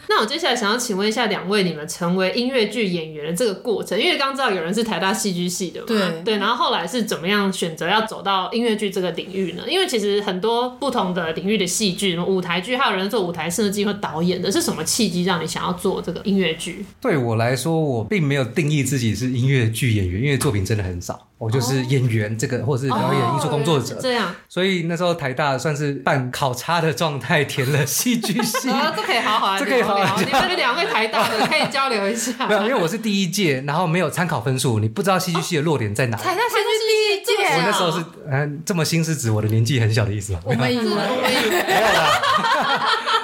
那我接下来想要请问一下两位，你们成为音乐剧演员的这个过程，因为刚刚知道有人是台大戏剧系的嘛，对然后后来是怎么样选择要走到音乐剧这个领域呢？因为其实很多不同的领域的戏剧，什么舞台剧，还有人做舞台设计或导演的，是什么契机让你想要做这个音乐剧？对我来说，我并没有定义自己是音乐剧演员，因为作品真的很少，我哦就是演员这个，或是表演艺术工作者是。这样，所以那时候台大算是半考察的状态填了戏剧 系。啊，这可以好好来这可以聊好好啊哎聊，你们两位台大的可以交流一 下。没有，因为我是第一届，然后没有参考分数，你不知道戏剧系的落点 在哪里。台大先是第一届我那啊。时候是，嗯、这么新是指我的年纪很小的意思吗？我们以这个为我以为没有啦，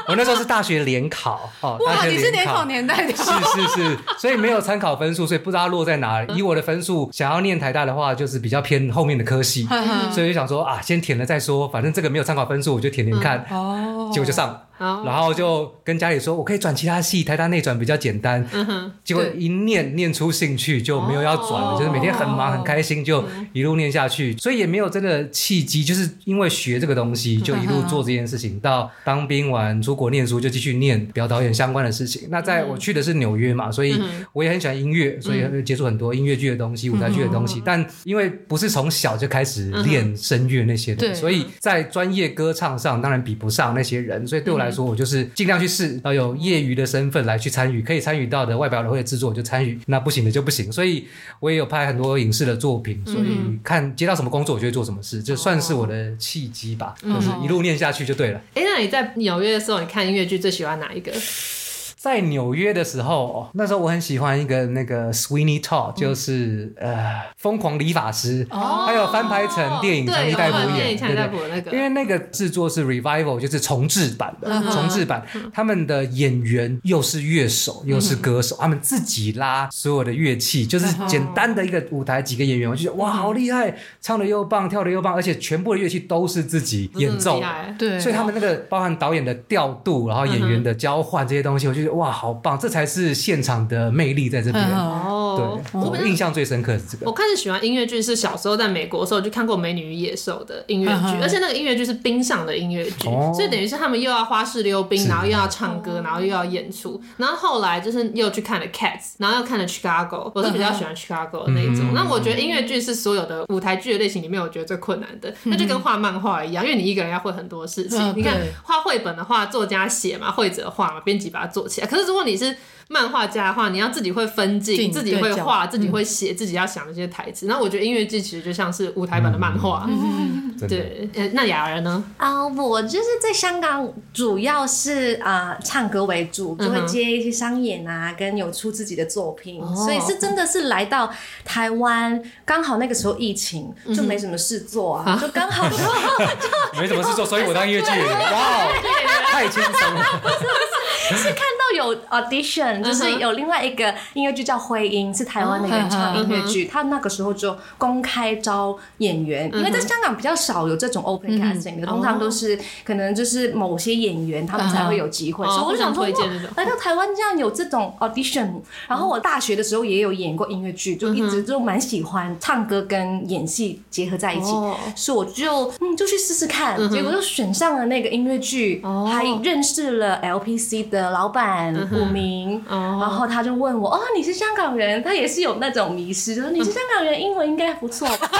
我那时候是大学联考哦，大哇，学你是联联考年代的，是是是，所以没有参考分数，所以不知道落在哪嗯里。以我的分数，想要念台大的话，就是比较偏后面的科系，嗯所以就想说啊，先填了再说，反正这个没有参考分数，我就填填看。哦结果就上了，好，然后就跟家里说，我可以转其他系，台大内转比较简单。嗯哼，结果一念念出兴趣，就没有要转了，哦就是每天很忙很开心，就一路念下去，所以也没有真的契机，就是因为学这个东西，就一路做这件事情，到当兵完出国念书就继续念表导演相关的事情。那在我去的是纽约嘛，所以我也很喜欢音乐，所以接触很多音乐剧的东西、舞台剧的东西，但因为不是从小就开始练声乐那些对的，所以在专业歌唱上当然比不上那些人，所以对我来说，我就是尽量去试，要有业余的身份来去参与，可以参与到的外表人会的制作我就参与，那不行的就不行。所以我也有拍很多影视的作品，所以看接到什么工作我就会做什么事，这算是我的契机吧，就是一路念下去就对了。哎，那你在纽约的时候，你看音乐剧最喜欢哪一个？在纽约的时候，哦那时候我很喜欢一个那个 Sweeney Todd，就是、呃疯狂理发师，哦还有翻拍成电影《强对，尼有戴普看》电演，影强对尼戴对普的那个，因为那个制作是 revival，就是重制版的，嗯哼嗯重制版，他们的演员又是乐手又是歌手，他们自己拉所有的乐器，就是嗯简单的一个舞台，几个演员，我就觉得哇，好厉害，唱的又棒，跳的又棒，而且全部的乐器都是自己演奏真的嗯很的。厉害嗯对，啊所以他们那个包含导演的调度，然后演员的交换这些东西，我就觉得哇，好棒！这才是现场的魅力在这边。嗯哦，对，我我们印象最深刻是这个我。开始喜欢音乐剧是小时候在美国的时候就看过《美女与野兽》的音乐嗯剧，哼而且那个音乐剧是冰上的音乐剧，哦所以等于是他们又要花式溜冰，是然后又要唱歌，然后又要演出，然后后来就是又去看了 Cats，然后又看了 Chicago，我是比较喜欢 Chicago 的那一种。那我觉得音乐剧是所有的舞台剧的类型里面，我觉得最困难的，那就跟画漫画一样，因为你一个人要会很多事情嗯。你看对画绘本的话，作家写嘛，绘者画嘛，编辑把它做起来。可是如果你是漫画家的话，你要自己会分镜，镜自己会对角嗯画，自己会写，自己要想这些台词。那我觉得音乐剧其实就像是舞台版的漫画，嗯 真的对。呃那雅儿呢？啊、我就是在香港，主要是啊、呃唱歌为主，就会接一些商演啊，跟有出自己的作品，哦所以是真的是来到台湾，刚好那个时候疫情就没什么事做啊，就刚好 哦没什么事做，所以我当音乐剧演员，哇，太轻松了。是看到有嗯 audition，就是有另外一个音乐剧叫《灰鹰》，是台湾的原创音乐剧，他那个时候就公开招演员，嗯因为在香港比较少有这种 open casting 哦的，通常都是可能就是某些演员他们才会有机会，嗯所以我就想说，哦互哇相推荐这种来到台湾这样有这种 audition，然后我大学的时候也有演过音乐剧，就一直就蛮喜欢唱歌跟演戏结合在一起哦，所以我就嗯就去试试看，结果就选上了那个音乐剧，哦还认识了 LPC 的老板武明，哦然后他就问我哦你是香港人，他也是有那种迷失，就是你是香港人，英文应该不错 吧。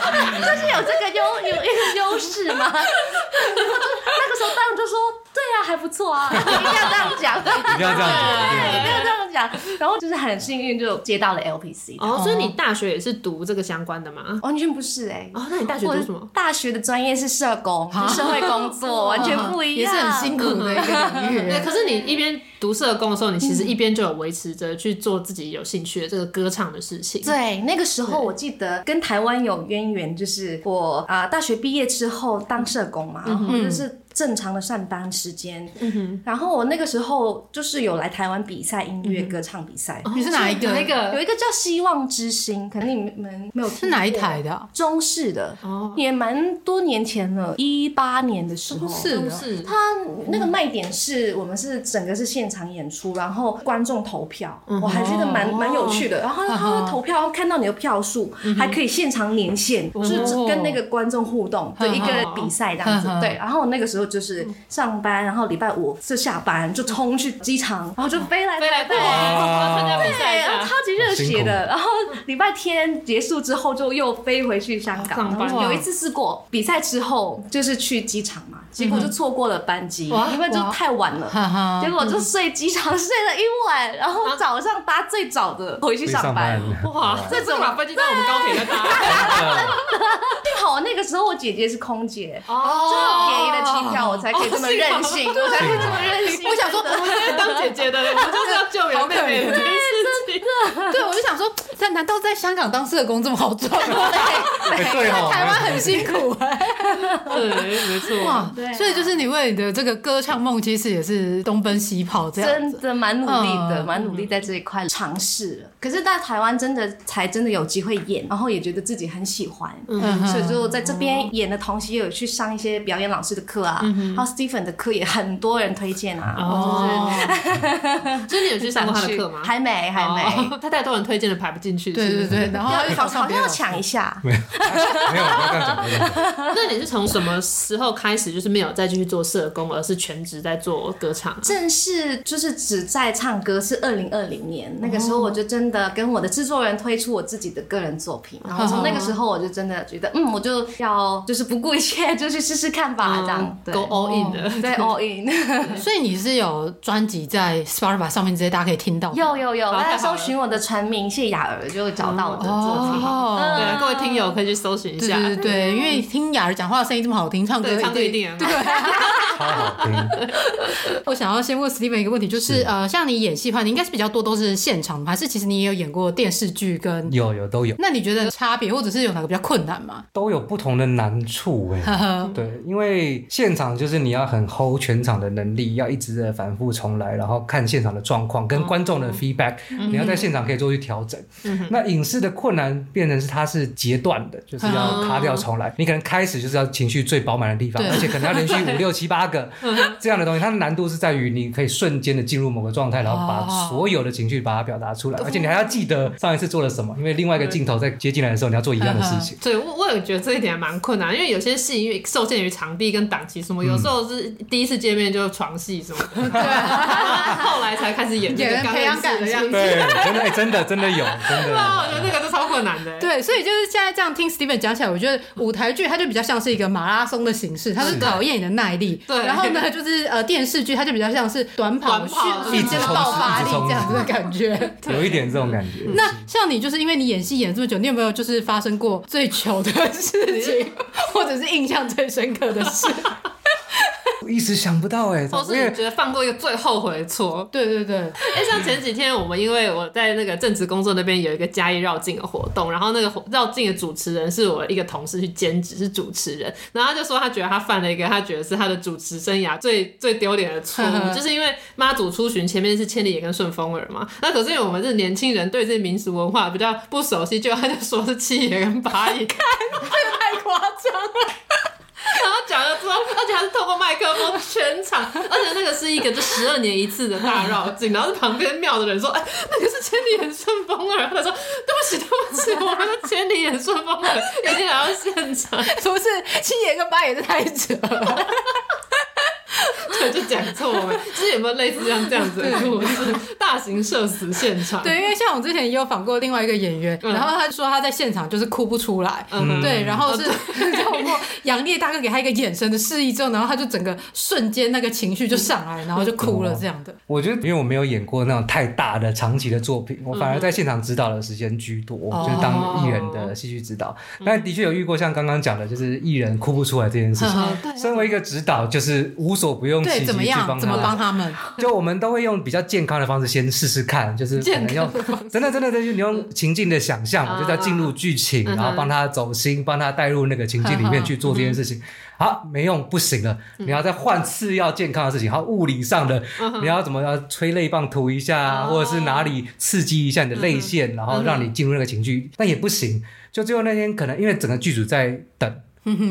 就是有这个优有有优势吗？ 那个时候当然就说，对啊，还不错啊，一定要这样讲，一定要这样一定子。要这样讲。然后就是很幸运就接到了 LPC 的。哦，所以你大学也是读这个相关的吗？完全不是哎、哦，那你大学读什么？大学的专业是社工，是社会工 作，完全不一也样，是很辛苦的一个领域对，。可是你一边读社工的时候，你其实一边就有维持着去做自己有兴趣的这个歌唱的事情。对，那个时候我记得跟台湾有渊源，就是我啊、大学毕业之后当社工嘛，嗯然后就是正常的上班时间。然后我那个时候就是有来台湾比赛音嗯乐歌唱比赛，你是哪一个？哦哪一有个？一个叫《希望之星》，可能你们没有是是哪一台？的啊？中式的，哦也蛮多年前了，一八年的时候。是不的是它那个卖点是我们是整个是现场演出，然后观众投票，我还觉得蛮蛮有趣的。然后他会投票，看到你的票数，还可以现场连线，就是跟那个观众互动的一个比赛这样子嗯。嗯对，然后我那个时候就是上班，然后礼拜五就下班就冲去机场，然后就飞来飞来台北飞来，我要参加比赛对，一然后下超级热血辛苦的。然后礼拜天结束之后，就又飞回去香港。上班然后有一次试过比赛之后，就是去机场嘛，结果就错过了班机，嗯哇因为就哇太晚了。哈哈 结，果就睡机场睡了一晚，然后早上搭最早的回去去上上班班。，哇，这怎么把飞机当我们高铁在搭？幸好那个时候我姐姐是空姐，哦，就便宜的机票，我才可以这么任性，我才可以这么任性。哦啊我想 说，我们在当姐姐的，我们就是要救援妹妹的这件事情。对，我就想说，在难道在香港当社工这么好赚吗？哎对哦，台湾 很辛苦哎、 对，没错。哇对啊，所以就是你为你的这个歌唱梦，其实也是东奔西跑这样真子。的蛮努力的，嗯蛮、努力在这一块尝试了。可是在台湾真的才真的有机会演，然后也觉得自己很喜欢，哼所以就在这边演的同时，也有去上一些表演老师的课啊，嗯然后 Stephen 的课也很多人推荐啊，哦 就是所以你有去上过他的哦课吗？还没，还没。哦，他太多人推荐了，排不进去。对是不对是对，。然后要又好考上像别要人。抢一下，没有，不要这样讲不要这样讲。那你是从什么时候开始，就是没有再继续做社工，而是全职在做歌唱？正式就是只在唱歌是二零二零年那个时候，我就真的跟我的制作人推出我自己的个人作品，然后从那个时候我就真的觉得，嗯，我就要就是不顾一切就去试试看吧，啊这样对嗯哦哦，Go all in 的。 对 all in，所以你是有专辑在 Spotify 上面直接大家可以 听到。有有有，好大太家好了搜寻我的全名谢雅儿就会找到我的作品。哦，对，啊各位听友可以去搜寻一对下。对对对，因为听雅儿讲话声音这么好听，唱歌对，唱歌一定很好。超好听，我想要先问 Steven 一个问题，就是是呃，像你演戏的话，你应该是比较多都是现场吗，还是其实你也有演过电视剧跟？有有都有，那你觉得差别，或者是有哪个比较困难吗？都有不同的难处哎、对，因为现场就是你要很 hold 全场的能力，要一直的反复重来，然后看现场的状况跟观众的 feedback，、你要在现场可以做去调整。那影视的困难变成是它是截断的，就是要卡掉重来。你可能开始就是要情绪最饱满的地方，对而且可能要连续五六七八个这样的东西，它的难度是在于你可以瞬间的进入某个状态，然后把所有的情绪把它表达出来，而且你还要记得上一次做了什么，因为另外一个镜头在接进来的时候，你要做一样的事情。对，我我也觉得这一点还蛮困难，因为有些戏因为受限于场地跟档期什么，有时候是第一次见面就床戏什么的，对， 后来才开始演那个刚认识的样子。对，真的、哎真的真的有，真对啊，我觉的。得那个都超困难的。对，所以就是现在这样听 Steven 讲起来，我觉得舞台剧它就比较像是一个马拉松的形式，它是是考验你的耐力。对然后呢，就是呃电视剧它就比较像是短跑，短跑瞬瞬间的爆发力一直冲这样子的感觉。有一点这种感觉。 那像你就是因为你演戏演这么久，你有没有就是发生过 最糗的事情，或者是印象最深刻的事？我一时想不到哎、哦或因是为你觉得犯过一个最后悔的错？ 对对对，哎、像前几天我们因为我在那个正职工作那边有一个嘉义绕境的活动，然后那个活绕境的主持人是我一个同事去兼职是主持人，然后他就说他觉得他犯了一个他觉得是他的主持生涯最最丢脸的错嗯误，就是因为妈祖出巡前面是千里眼跟顺风耳嘛，那可是因为我们是年轻人对这民俗文化比较不熟悉，就他就说是七爷跟八爷，太夸张了。然后讲了之后，而且还是透过麦克风全场，而且那个是一个就十二年一次的大绕境，然后是旁边庙的人说，哎，那个是千里眼顺风耳，他说对不起对不起，我们的千里眼顺风耳已经来到现场，不是七爷跟八爷是太扯了，对，就讲错了，就是有没有类似像这样子的故事，大型社死现场，对，因为像我之前也有访过另外一个演员，嗯然后他说他在现场就是哭不出来，嗯，对，然后是 透过杨烈大哥给他一个眼神的示意之后，然后他就整个瞬间那个情绪就上来，然后就哭了这样的。我觉得，因为我没有演过那种太大的长期的作品，我反而在现场指导的时间居多，嗯哦嗯就是当艺人的戏剧指导。但的确有遇过像刚刚讲的，就是艺人哭不出来这 件事情。嗯身为一个指导，就是无所不用其对，极怎么去样？帮怎么他帮。他们？ 就我们都会用比较健康的方式先试试看，就是可能用真的真的真的，就是你用情境的想象嘛，啊就是要进入剧情，嗯哼然后帮他走心，帮他带入那个情境里面去做这件事情。好，没用，不行了，你要再换次要健康的事情，好，物理上的你要怎么要吹泪棒涂一下啊，哦或者是哪里刺激一下你的泪腺，然后让你进入那个情绪，但也不行。就最后那天，可能因为整个剧组在等。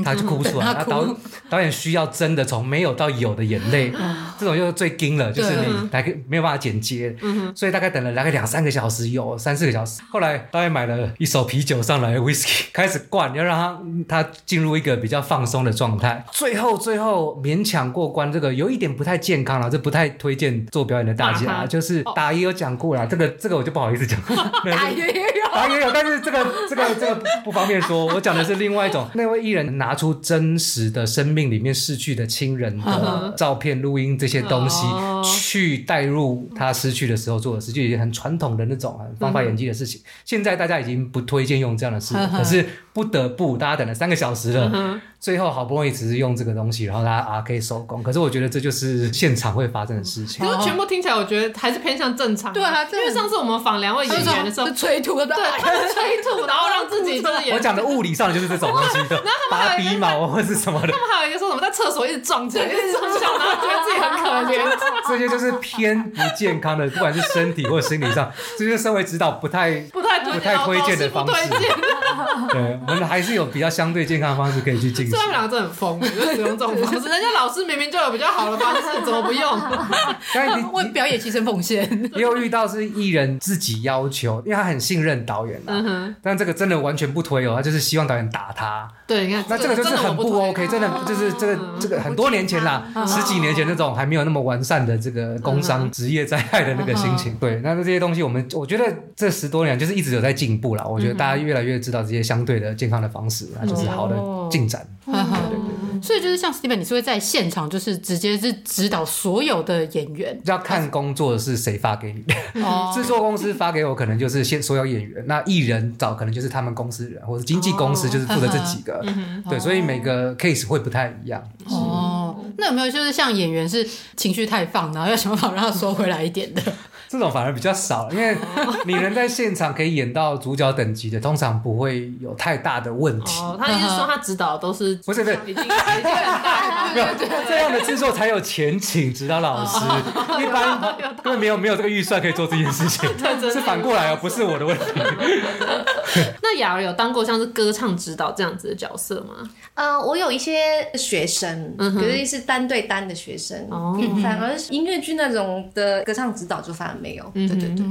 他就哭出等来，他那哭导导演需要真的从没有到有的眼泪，这种就是最惊了，就是对你来个没有办法剪接，所以大概等了大概两三个小时有，三四个小时。后来导演买了一手啤酒上来，whisky 开始灌，要让他他进入一个比较放松的状态。最后最后勉强过关，这个有一点不太健康了，这不太推荐做表演的大打家，他就是打也有讲过啦，这个这个我就不好意思讲，大约也有。 啊，也有，但是这个这个这个不不方便说。我讲的是另外 一种，那位艺人拿出真实的生命里面逝去的亲人的照片、录音这些东西嗯哦，去带入他失去的时候做的事，就已经很传统的那种很嗯方法演技的事情。现在大家已经不推荐用这样的 事了，可是不得不，大家等了三个小时嗯了，最后好不容易只是用这个东西，然后大家啊可以收工。可是我觉得这就是现场会发生的事情可。是全部听起来我觉得还是偏向正常，对啊因为上次我们访两位他演就员的时说候是。催吐的，哎对，他们催吐，然后让自己就是演我讲的物理上就是这种东 西的，拔鼻毛或是什么的。他们还有一个说什么在厕所一直撞墙，一直撞墙，然后觉得自己很可怜。这些就是偏不健康的，不管是身体或心理上，这就是身为指导不太。不太推荐，不太推荐的方式老师不推荐。 对，我们还是有比较相对健康的方式可以去进行所以。他们两个真的很 疯，就使用这种方式。人家老师明明就有比较好的方式，怎么不 用？ 但你为表演牺牲奉 献。也有遇到是艺人自己要求，因为他很信任导演嗯啦。哼，但这个真的完全不推哦，他就是希望导演打他。对，你看，那这个就是真的很我不啊不推 OK，真的就是这个这个很多年前啦，十几年前那种还没有那么完善的这个工嗯伤职业灾害的那个心情。对，那这些东西我们我觉得这十多年就是一直有在进步啦。我觉得嗯大家越来越知道这些相对的健康的方式，那就是好的哦进展。所以就是像 Steven，你是会在现场就是直接是指导所有的演员要看工作是谁发给你的，哦 制作公司发给我可能就是先所有演员，那艺人找可能就是他们公司人或者经纪公司就是负责这几哦嗯个，对，所以每个 case 会不太一样。哦。那有没有就是像演员是情绪太放，然后要想办法让他收回来一点的？ 这种反而比较少，因为你人在现场可以演到主角等级的，通常不会有太大的问题。哦，他一直说他指导都是不是不是已经已经很大没有这样的制作才有前请指导老师，一般因为没有没有这个预算可以做这件事 情，真的是反过来哦，不是我的问题。那雅儿有当过像是歌唱指导这样子的角色吗？呃，我有一些学生，可是是单对单的学生，嗯哦嗯反而是音乐剧那种的歌唱指导就反而没有。嗯对对对，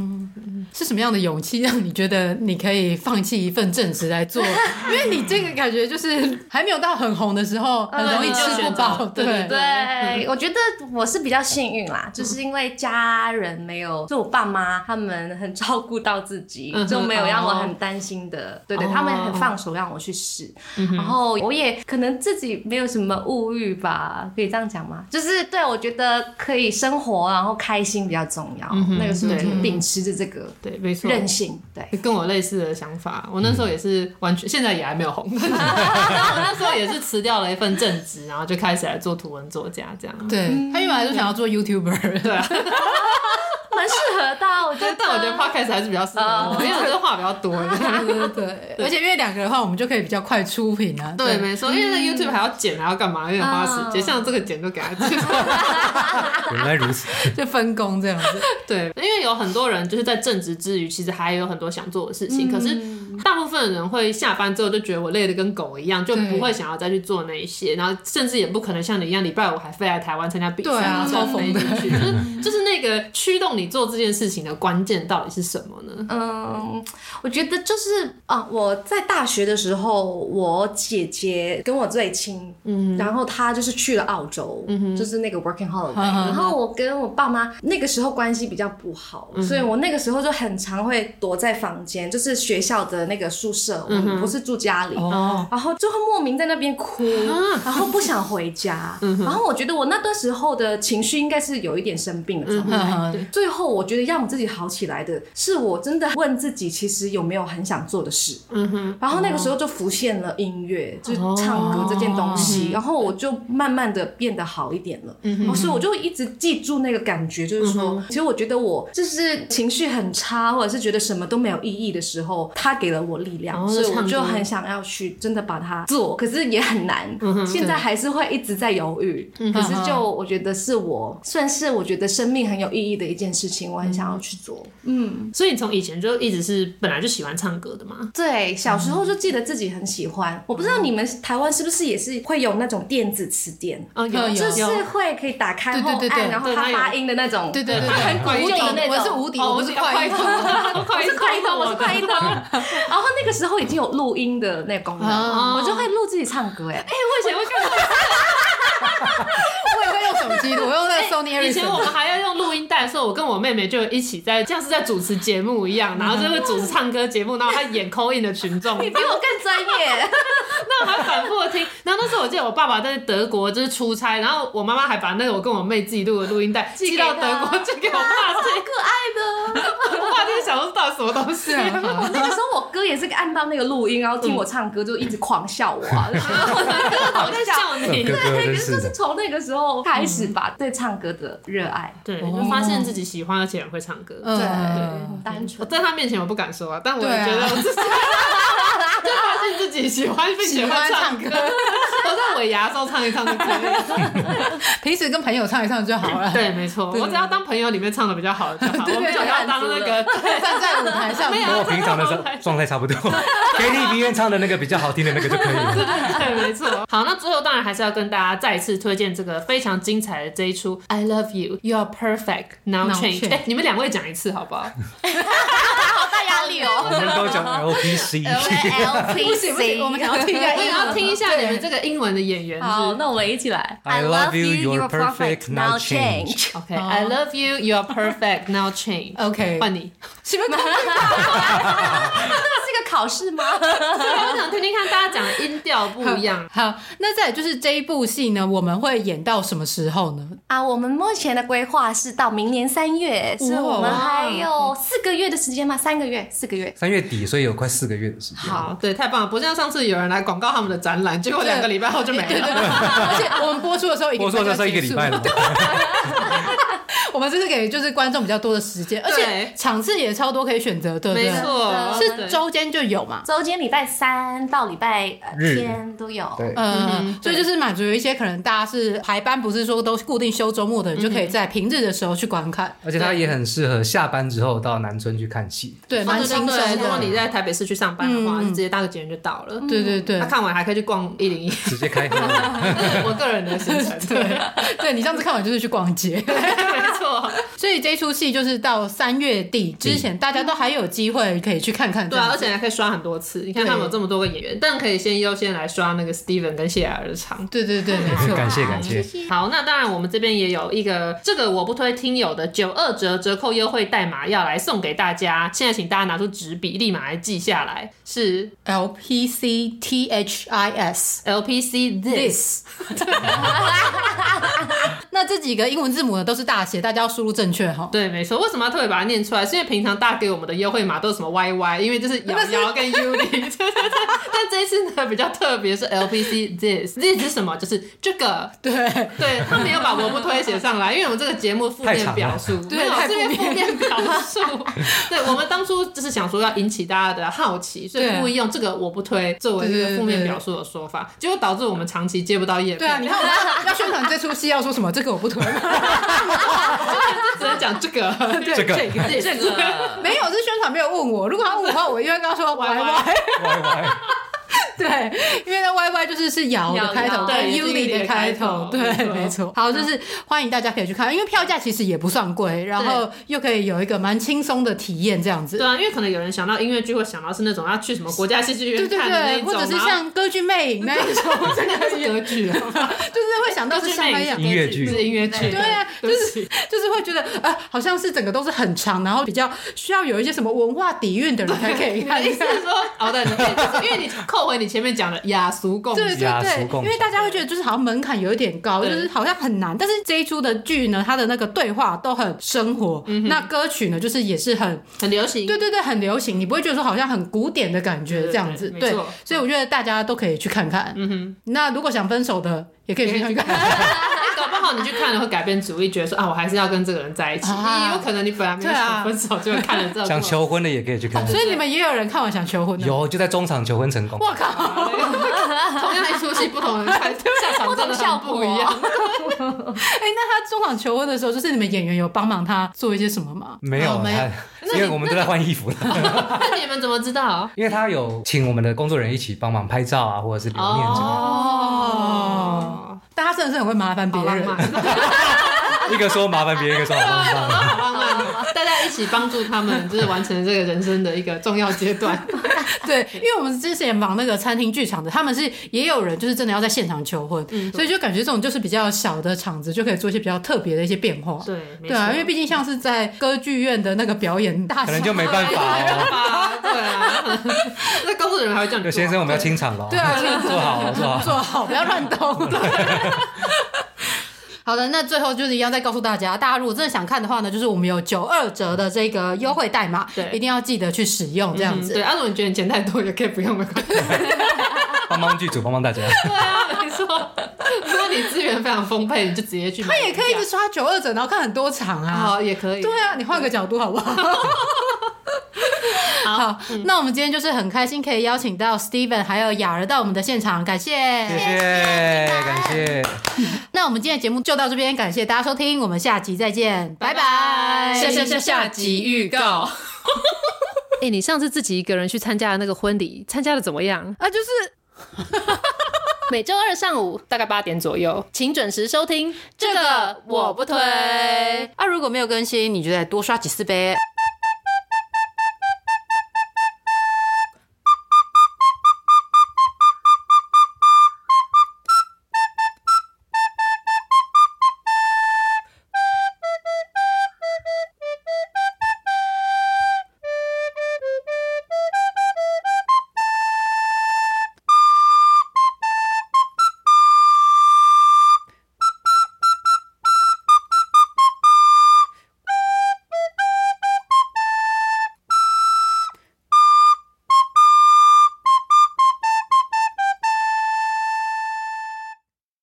是什么样的勇气让你觉得你可以放弃一份正职来做？因为你这个感觉就是还没有到很红的时候，嗯很容易吃不饱。对对嗯对对对，我觉得我是比较幸运啦，就是因为家人没有，就我爸妈他们很照顾到自己，嗯哼就没有让我哦很担心的。对对，哦嗯他们很放手让我去试，然后我也可能自己没有什么物欲吧，可以这样讲吗？就是对我觉得可以生活然后开心比较重要，那个时候就秉持着这个。对，嗯没错，任性，对，跟我类似的想法，我那时候也是完全，现在也还没有 红，但我那时候也是辞掉了一份正职，然后就开始来做图文作家这样。对他原来就想要做 YouTuber，对啊，蛮适合的啊，我觉但得。 但我觉得 podcast 还是比较适合我，因为我真的话比较多。对对，而且因为两个人的话，我们就可以比较快出品啊。 对，没错，因为那 YouTube 还要剪，还要干嘛，有点花时间。嗯像这个剪就给他剪。原来如此，就分工这样子。对，因为有很多人就是在正职之余，其实还有很多想做的事情，可是嗯大部分人会下班之后就觉得我累得跟狗一样，就对不会想要再去做那一些，然后甚至也不可能像你一样，礼拜五还飞来台湾参加比赛，对然啊后超再飞疯的进去，就是就是那个驱动你做这件事情的关键到底是什么呢？嗯，我觉得就是啊、我在大学的时候，我姐姐跟我最亲，嗯，然后她就是去了澳洲，嗯就是那个 working holiday，、嗯哼然后我跟我爸妈那个时候关系比较不好，所以我那个时候就很常会躲在房间，就是学校的那个宿舍，我们不是住家里，哦，然后就会莫名在那边哭，然后不想回家，然后我觉得我那段时候的情绪应该是有一点生病的状态。嗯最后，我觉得让我自己好起来的，是我真的问自己，其实有没有很想做的事。嗯哼，然后那个时候就浮现了音乐，就是哦唱歌这件东嗯西，然后我就慢慢的变得好一点了。然后所以嗯我就一直记住那个感觉，就是说，其实我觉得我就是情绪很差，或者是觉得什么都没有意义的时候，它给了我力量，哦所以我唱歌就很想要去真的把它做，可是也很难。嗯现在还是会一直在犹豫，可是就我觉得是我算是我觉得生命很有意义的一件事情，我很想要去做。所以你从以前就一直是本来就喜欢唱歌的嘛？对，小时候就记得自己很喜欢。我不知道你们台湾是不是也是会有那种电子词典，哦，有嗯有就是会可以打开对对后对对按，然后对它它有发音的那种。对对对，很对怀无旧敌的那种我是无敌，哦，我我不是是快快乐 通，。 我哦我是快通，我是快通。然后那个时候已经有录音的那个功能，哦我就会录自己唱歌。哎，哎，我以前会干嘛？我也会用手机的，我 用那个 Sony 哎以前我 Ericsson。们还要用录音带的时候，我跟我妹妹就一起在像是在主持节目一样，然后就会主持唱歌节目，然后她演 call in 的群 众，你比我更专业。那我还反复的听。然后那时候我记得我爸爸在德国就是出差，然后我妈妈还把那个我跟我妹自己录的录音带寄寄给到她德国寄 给我爸听，可爱的， 我爸就想说到底什么东西对。啊，那个时 候我哥也是按到那个录音，然后听我唱歌，就一直狂笑我 啊，我在笑你哥，哥对，嗯真可是是就是的，从那个时候开始吧，对唱歌的热爱，对，就发现自己喜欢而且很会唱歌。对，嗯很，单纯我。在他面前我不敢说啊，但我对啊也觉得我自己 就发现自己喜欢并且喜会欢唱唱歌歌。 我在尾牙的时候唱一唱就可以了。平时跟朋友唱一唱就好了。 对，没错，我只要当朋友里面唱的比较好的就好，对我没有要当那个。站在舞台上，没有跟我平常的状状态差不多，KTV 院唱的那个比较好听的那个就可以 了。对，没错。好，那最后当然还是要跟大家再次推荐这个非常精彩的这一出《I Love You, You Are Perfect, Now Now Change》。 Change 哎，你们两位讲一次好不好？好大压力我哦。们都讲 LPC，不行不行，我们想要听一下我也英要文。听一下你们这个英文的演员好，是。那我们一起来。 I love you, you're perfect, now change. OK, I love you, you are perfect, now change. OK，换你。什么？。这是一个考试吗？我想听听看大家讲的音调不一样 好，那再来就是这一部戏呢，我们会演到什么时候呢？ 啊，我们目前的规划是到明年三月，是我们还有四个月的时间吗？三个月，四个月。三月底，所以有快四个月的时间。好，对，太棒了！不像上次有人来广告他们的展览，结果两个礼拜后就没对对对，了。而且我们播出的时候 已经我说那是一个礼拜了，我们这是给就是观众比较多的时间，而且对场次也超多可以选择，对不没对？错，哦是周间就有嘛。周间礼拜三到礼拜呃日天都有。对，嗯，所以就是满足于一些可能大家是排班，不是说都固定休周末的，你就可以在平日的时候去观看。而且它也很适合下班之后到南村去看戏。对，哦蛮对对轻松对嗯如果的。你在台北市区上班的话，就直接搭个捷运就到了。对对对他，看完还可以去逛一零一，直接开喝， 我个人的行程。 对， 对你上次看完就是去逛街，没 错。所以这出戏就是到三月底之前，大家都还有机会可以去看看这对啊，样而子。且还可以刷很多次。你看他们有这么多个演员，但可以先优先来刷那个 Steven 跟谢雅尔的场。对对对，没错。感谢感谢。好，那当然，我们这边也有一个这个我不推听友的九二折折扣优惠代码要来送给大家。现在请大家拿出纸笔，立马来记下来，是 L P C T H I S。 LPC this。那那这几个英文字母呢都是大写，大家要输入正确哈。对，没错。为什么要特别把它念出来？是因为平常大给我们的优惠码都是什么 YY，因为就是瑶瑶跟 Yuli，对对对。 但这一次呢比较特别是 LPC this，this 是什么？就是这个。对，对他没有把文不推写上来，因为我们这个节目负面表述，对没有太是因为负负面表述。 对我们当初就是想说要引起大家的好奇，所以对故意用这个我不推作为一对对个对负面表述的说法，结果导致我们长期接不到业配。对啊，你看我们要宣传这出戏要说什么，这个我不推。就只能讲这 个，这个这这个没有，这宣传没有问我。如果他问我的话，我一定会跟他说歪歪歪歪。歪歪， 对，因为那 Y Y 就是是瑶的开头，瑶跟对 U 是 i Yuli 的的开开头头，对，没没错。好，就是欢迎大家可以去看，因为票价其实也不算贵，然后又可以有一个蛮轻松的体验这样子对。啊，因为可能有人想到音乐剧会想到是那种要去什么国家戏剧对院对看的那对，一或种，者是然后像歌剧魅影那一种，真 的是歌剧啊，就是会想到是像那样。音乐剧是音乐剧，对啊，对不起，就是会觉得啊，好像是整个都是很长，然后比较需要有一些什么文化底蕴的人才可以你的看。意思是说，哦对，你可以就是因为你扣回你前面讲的雅俗共对对赏，雅俗对，共因为赏大家会觉得就是好像门槛有一点高，就对是好像很难。但是这一出的剧呢，它的那个对话都很生活，嗯那歌曲呢就是也是很很流行，对对对，很流行，你不会觉得说好像很古典的感觉对对这样子。没对错，所以我觉得大家都可以去看看。嗯哼，那如果想分手的也可以去看看。哎搞不好你去看了会改变主意，觉得说啊，我还是要跟这个人在一起，啊你有可能你本来没有对啊想分手，就会看了这个想求婚的也可以去 看，所以你们也有人看完想求婚的吗。有就在中场求婚成功。我靠！ 同样一出戏，不同人啊看，下场真的很啊不一样。哎、那他中场求婚的时候，就是你们演员有帮忙他做一些什么吗？没有，哦没有他因为我们都在换衣服了， 那你们怎么知道？因为他有请我们的工作人员一起帮忙拍照啊，或者是留念什么哦，但他真的是很会麻烦别好浪人。漫，的。一个说麻烦别人，一个说好棒棒。 好浪漫，大家一起帮助他们，就是完成这个人生的一个重要阶段。 对，因为我们之前忙那个餐厅剧场的，他们是也有人就是真的要在现场求婚，嗯所以就感觉这种就是比较小的场子就可以做一些比较特别的一些变化。 对，没对啊，错因为毕竟像是在歌剧院的那个表演大可场，能就没办法没办哦。法，对啊， 那工作人员还会叫你啊就先生，我们要清场了。对 啊，坐好了，坐好了。做好，不要乱 动。 好的，那最后就是一样再告诉大家，大家如果真的想看的话呢，就是我们有九二折的这个优惠代码，对一定要记得去使用，这样嗯子。对，啊，如果你觉得你钱太多，也可以不用，没关系。帮帮剧组，帮帮大家。对啊， 没错。如果你资源非常丰沛，你就直接去买他这也样。可以一直刷九二折，然后看很多场啊。好，也可以。对啊，你换个角度好不好？ 好，嗯那我们今天就是很开心可以邀请到 Steven 还有雅儿到我们的现场，感谢谢。谢，感谢。那我们今天的节目就到这边，感谢大家收听，我们下集再见，拜拜。下下下下集预告。哎、你上次自己一个人去参加的那个婚礼，参加的怎么样？啊，就是。 每周二上午大概八点左右，请准时收听。这个我不推。啊，如果没有更新，你就再多刷几次呗。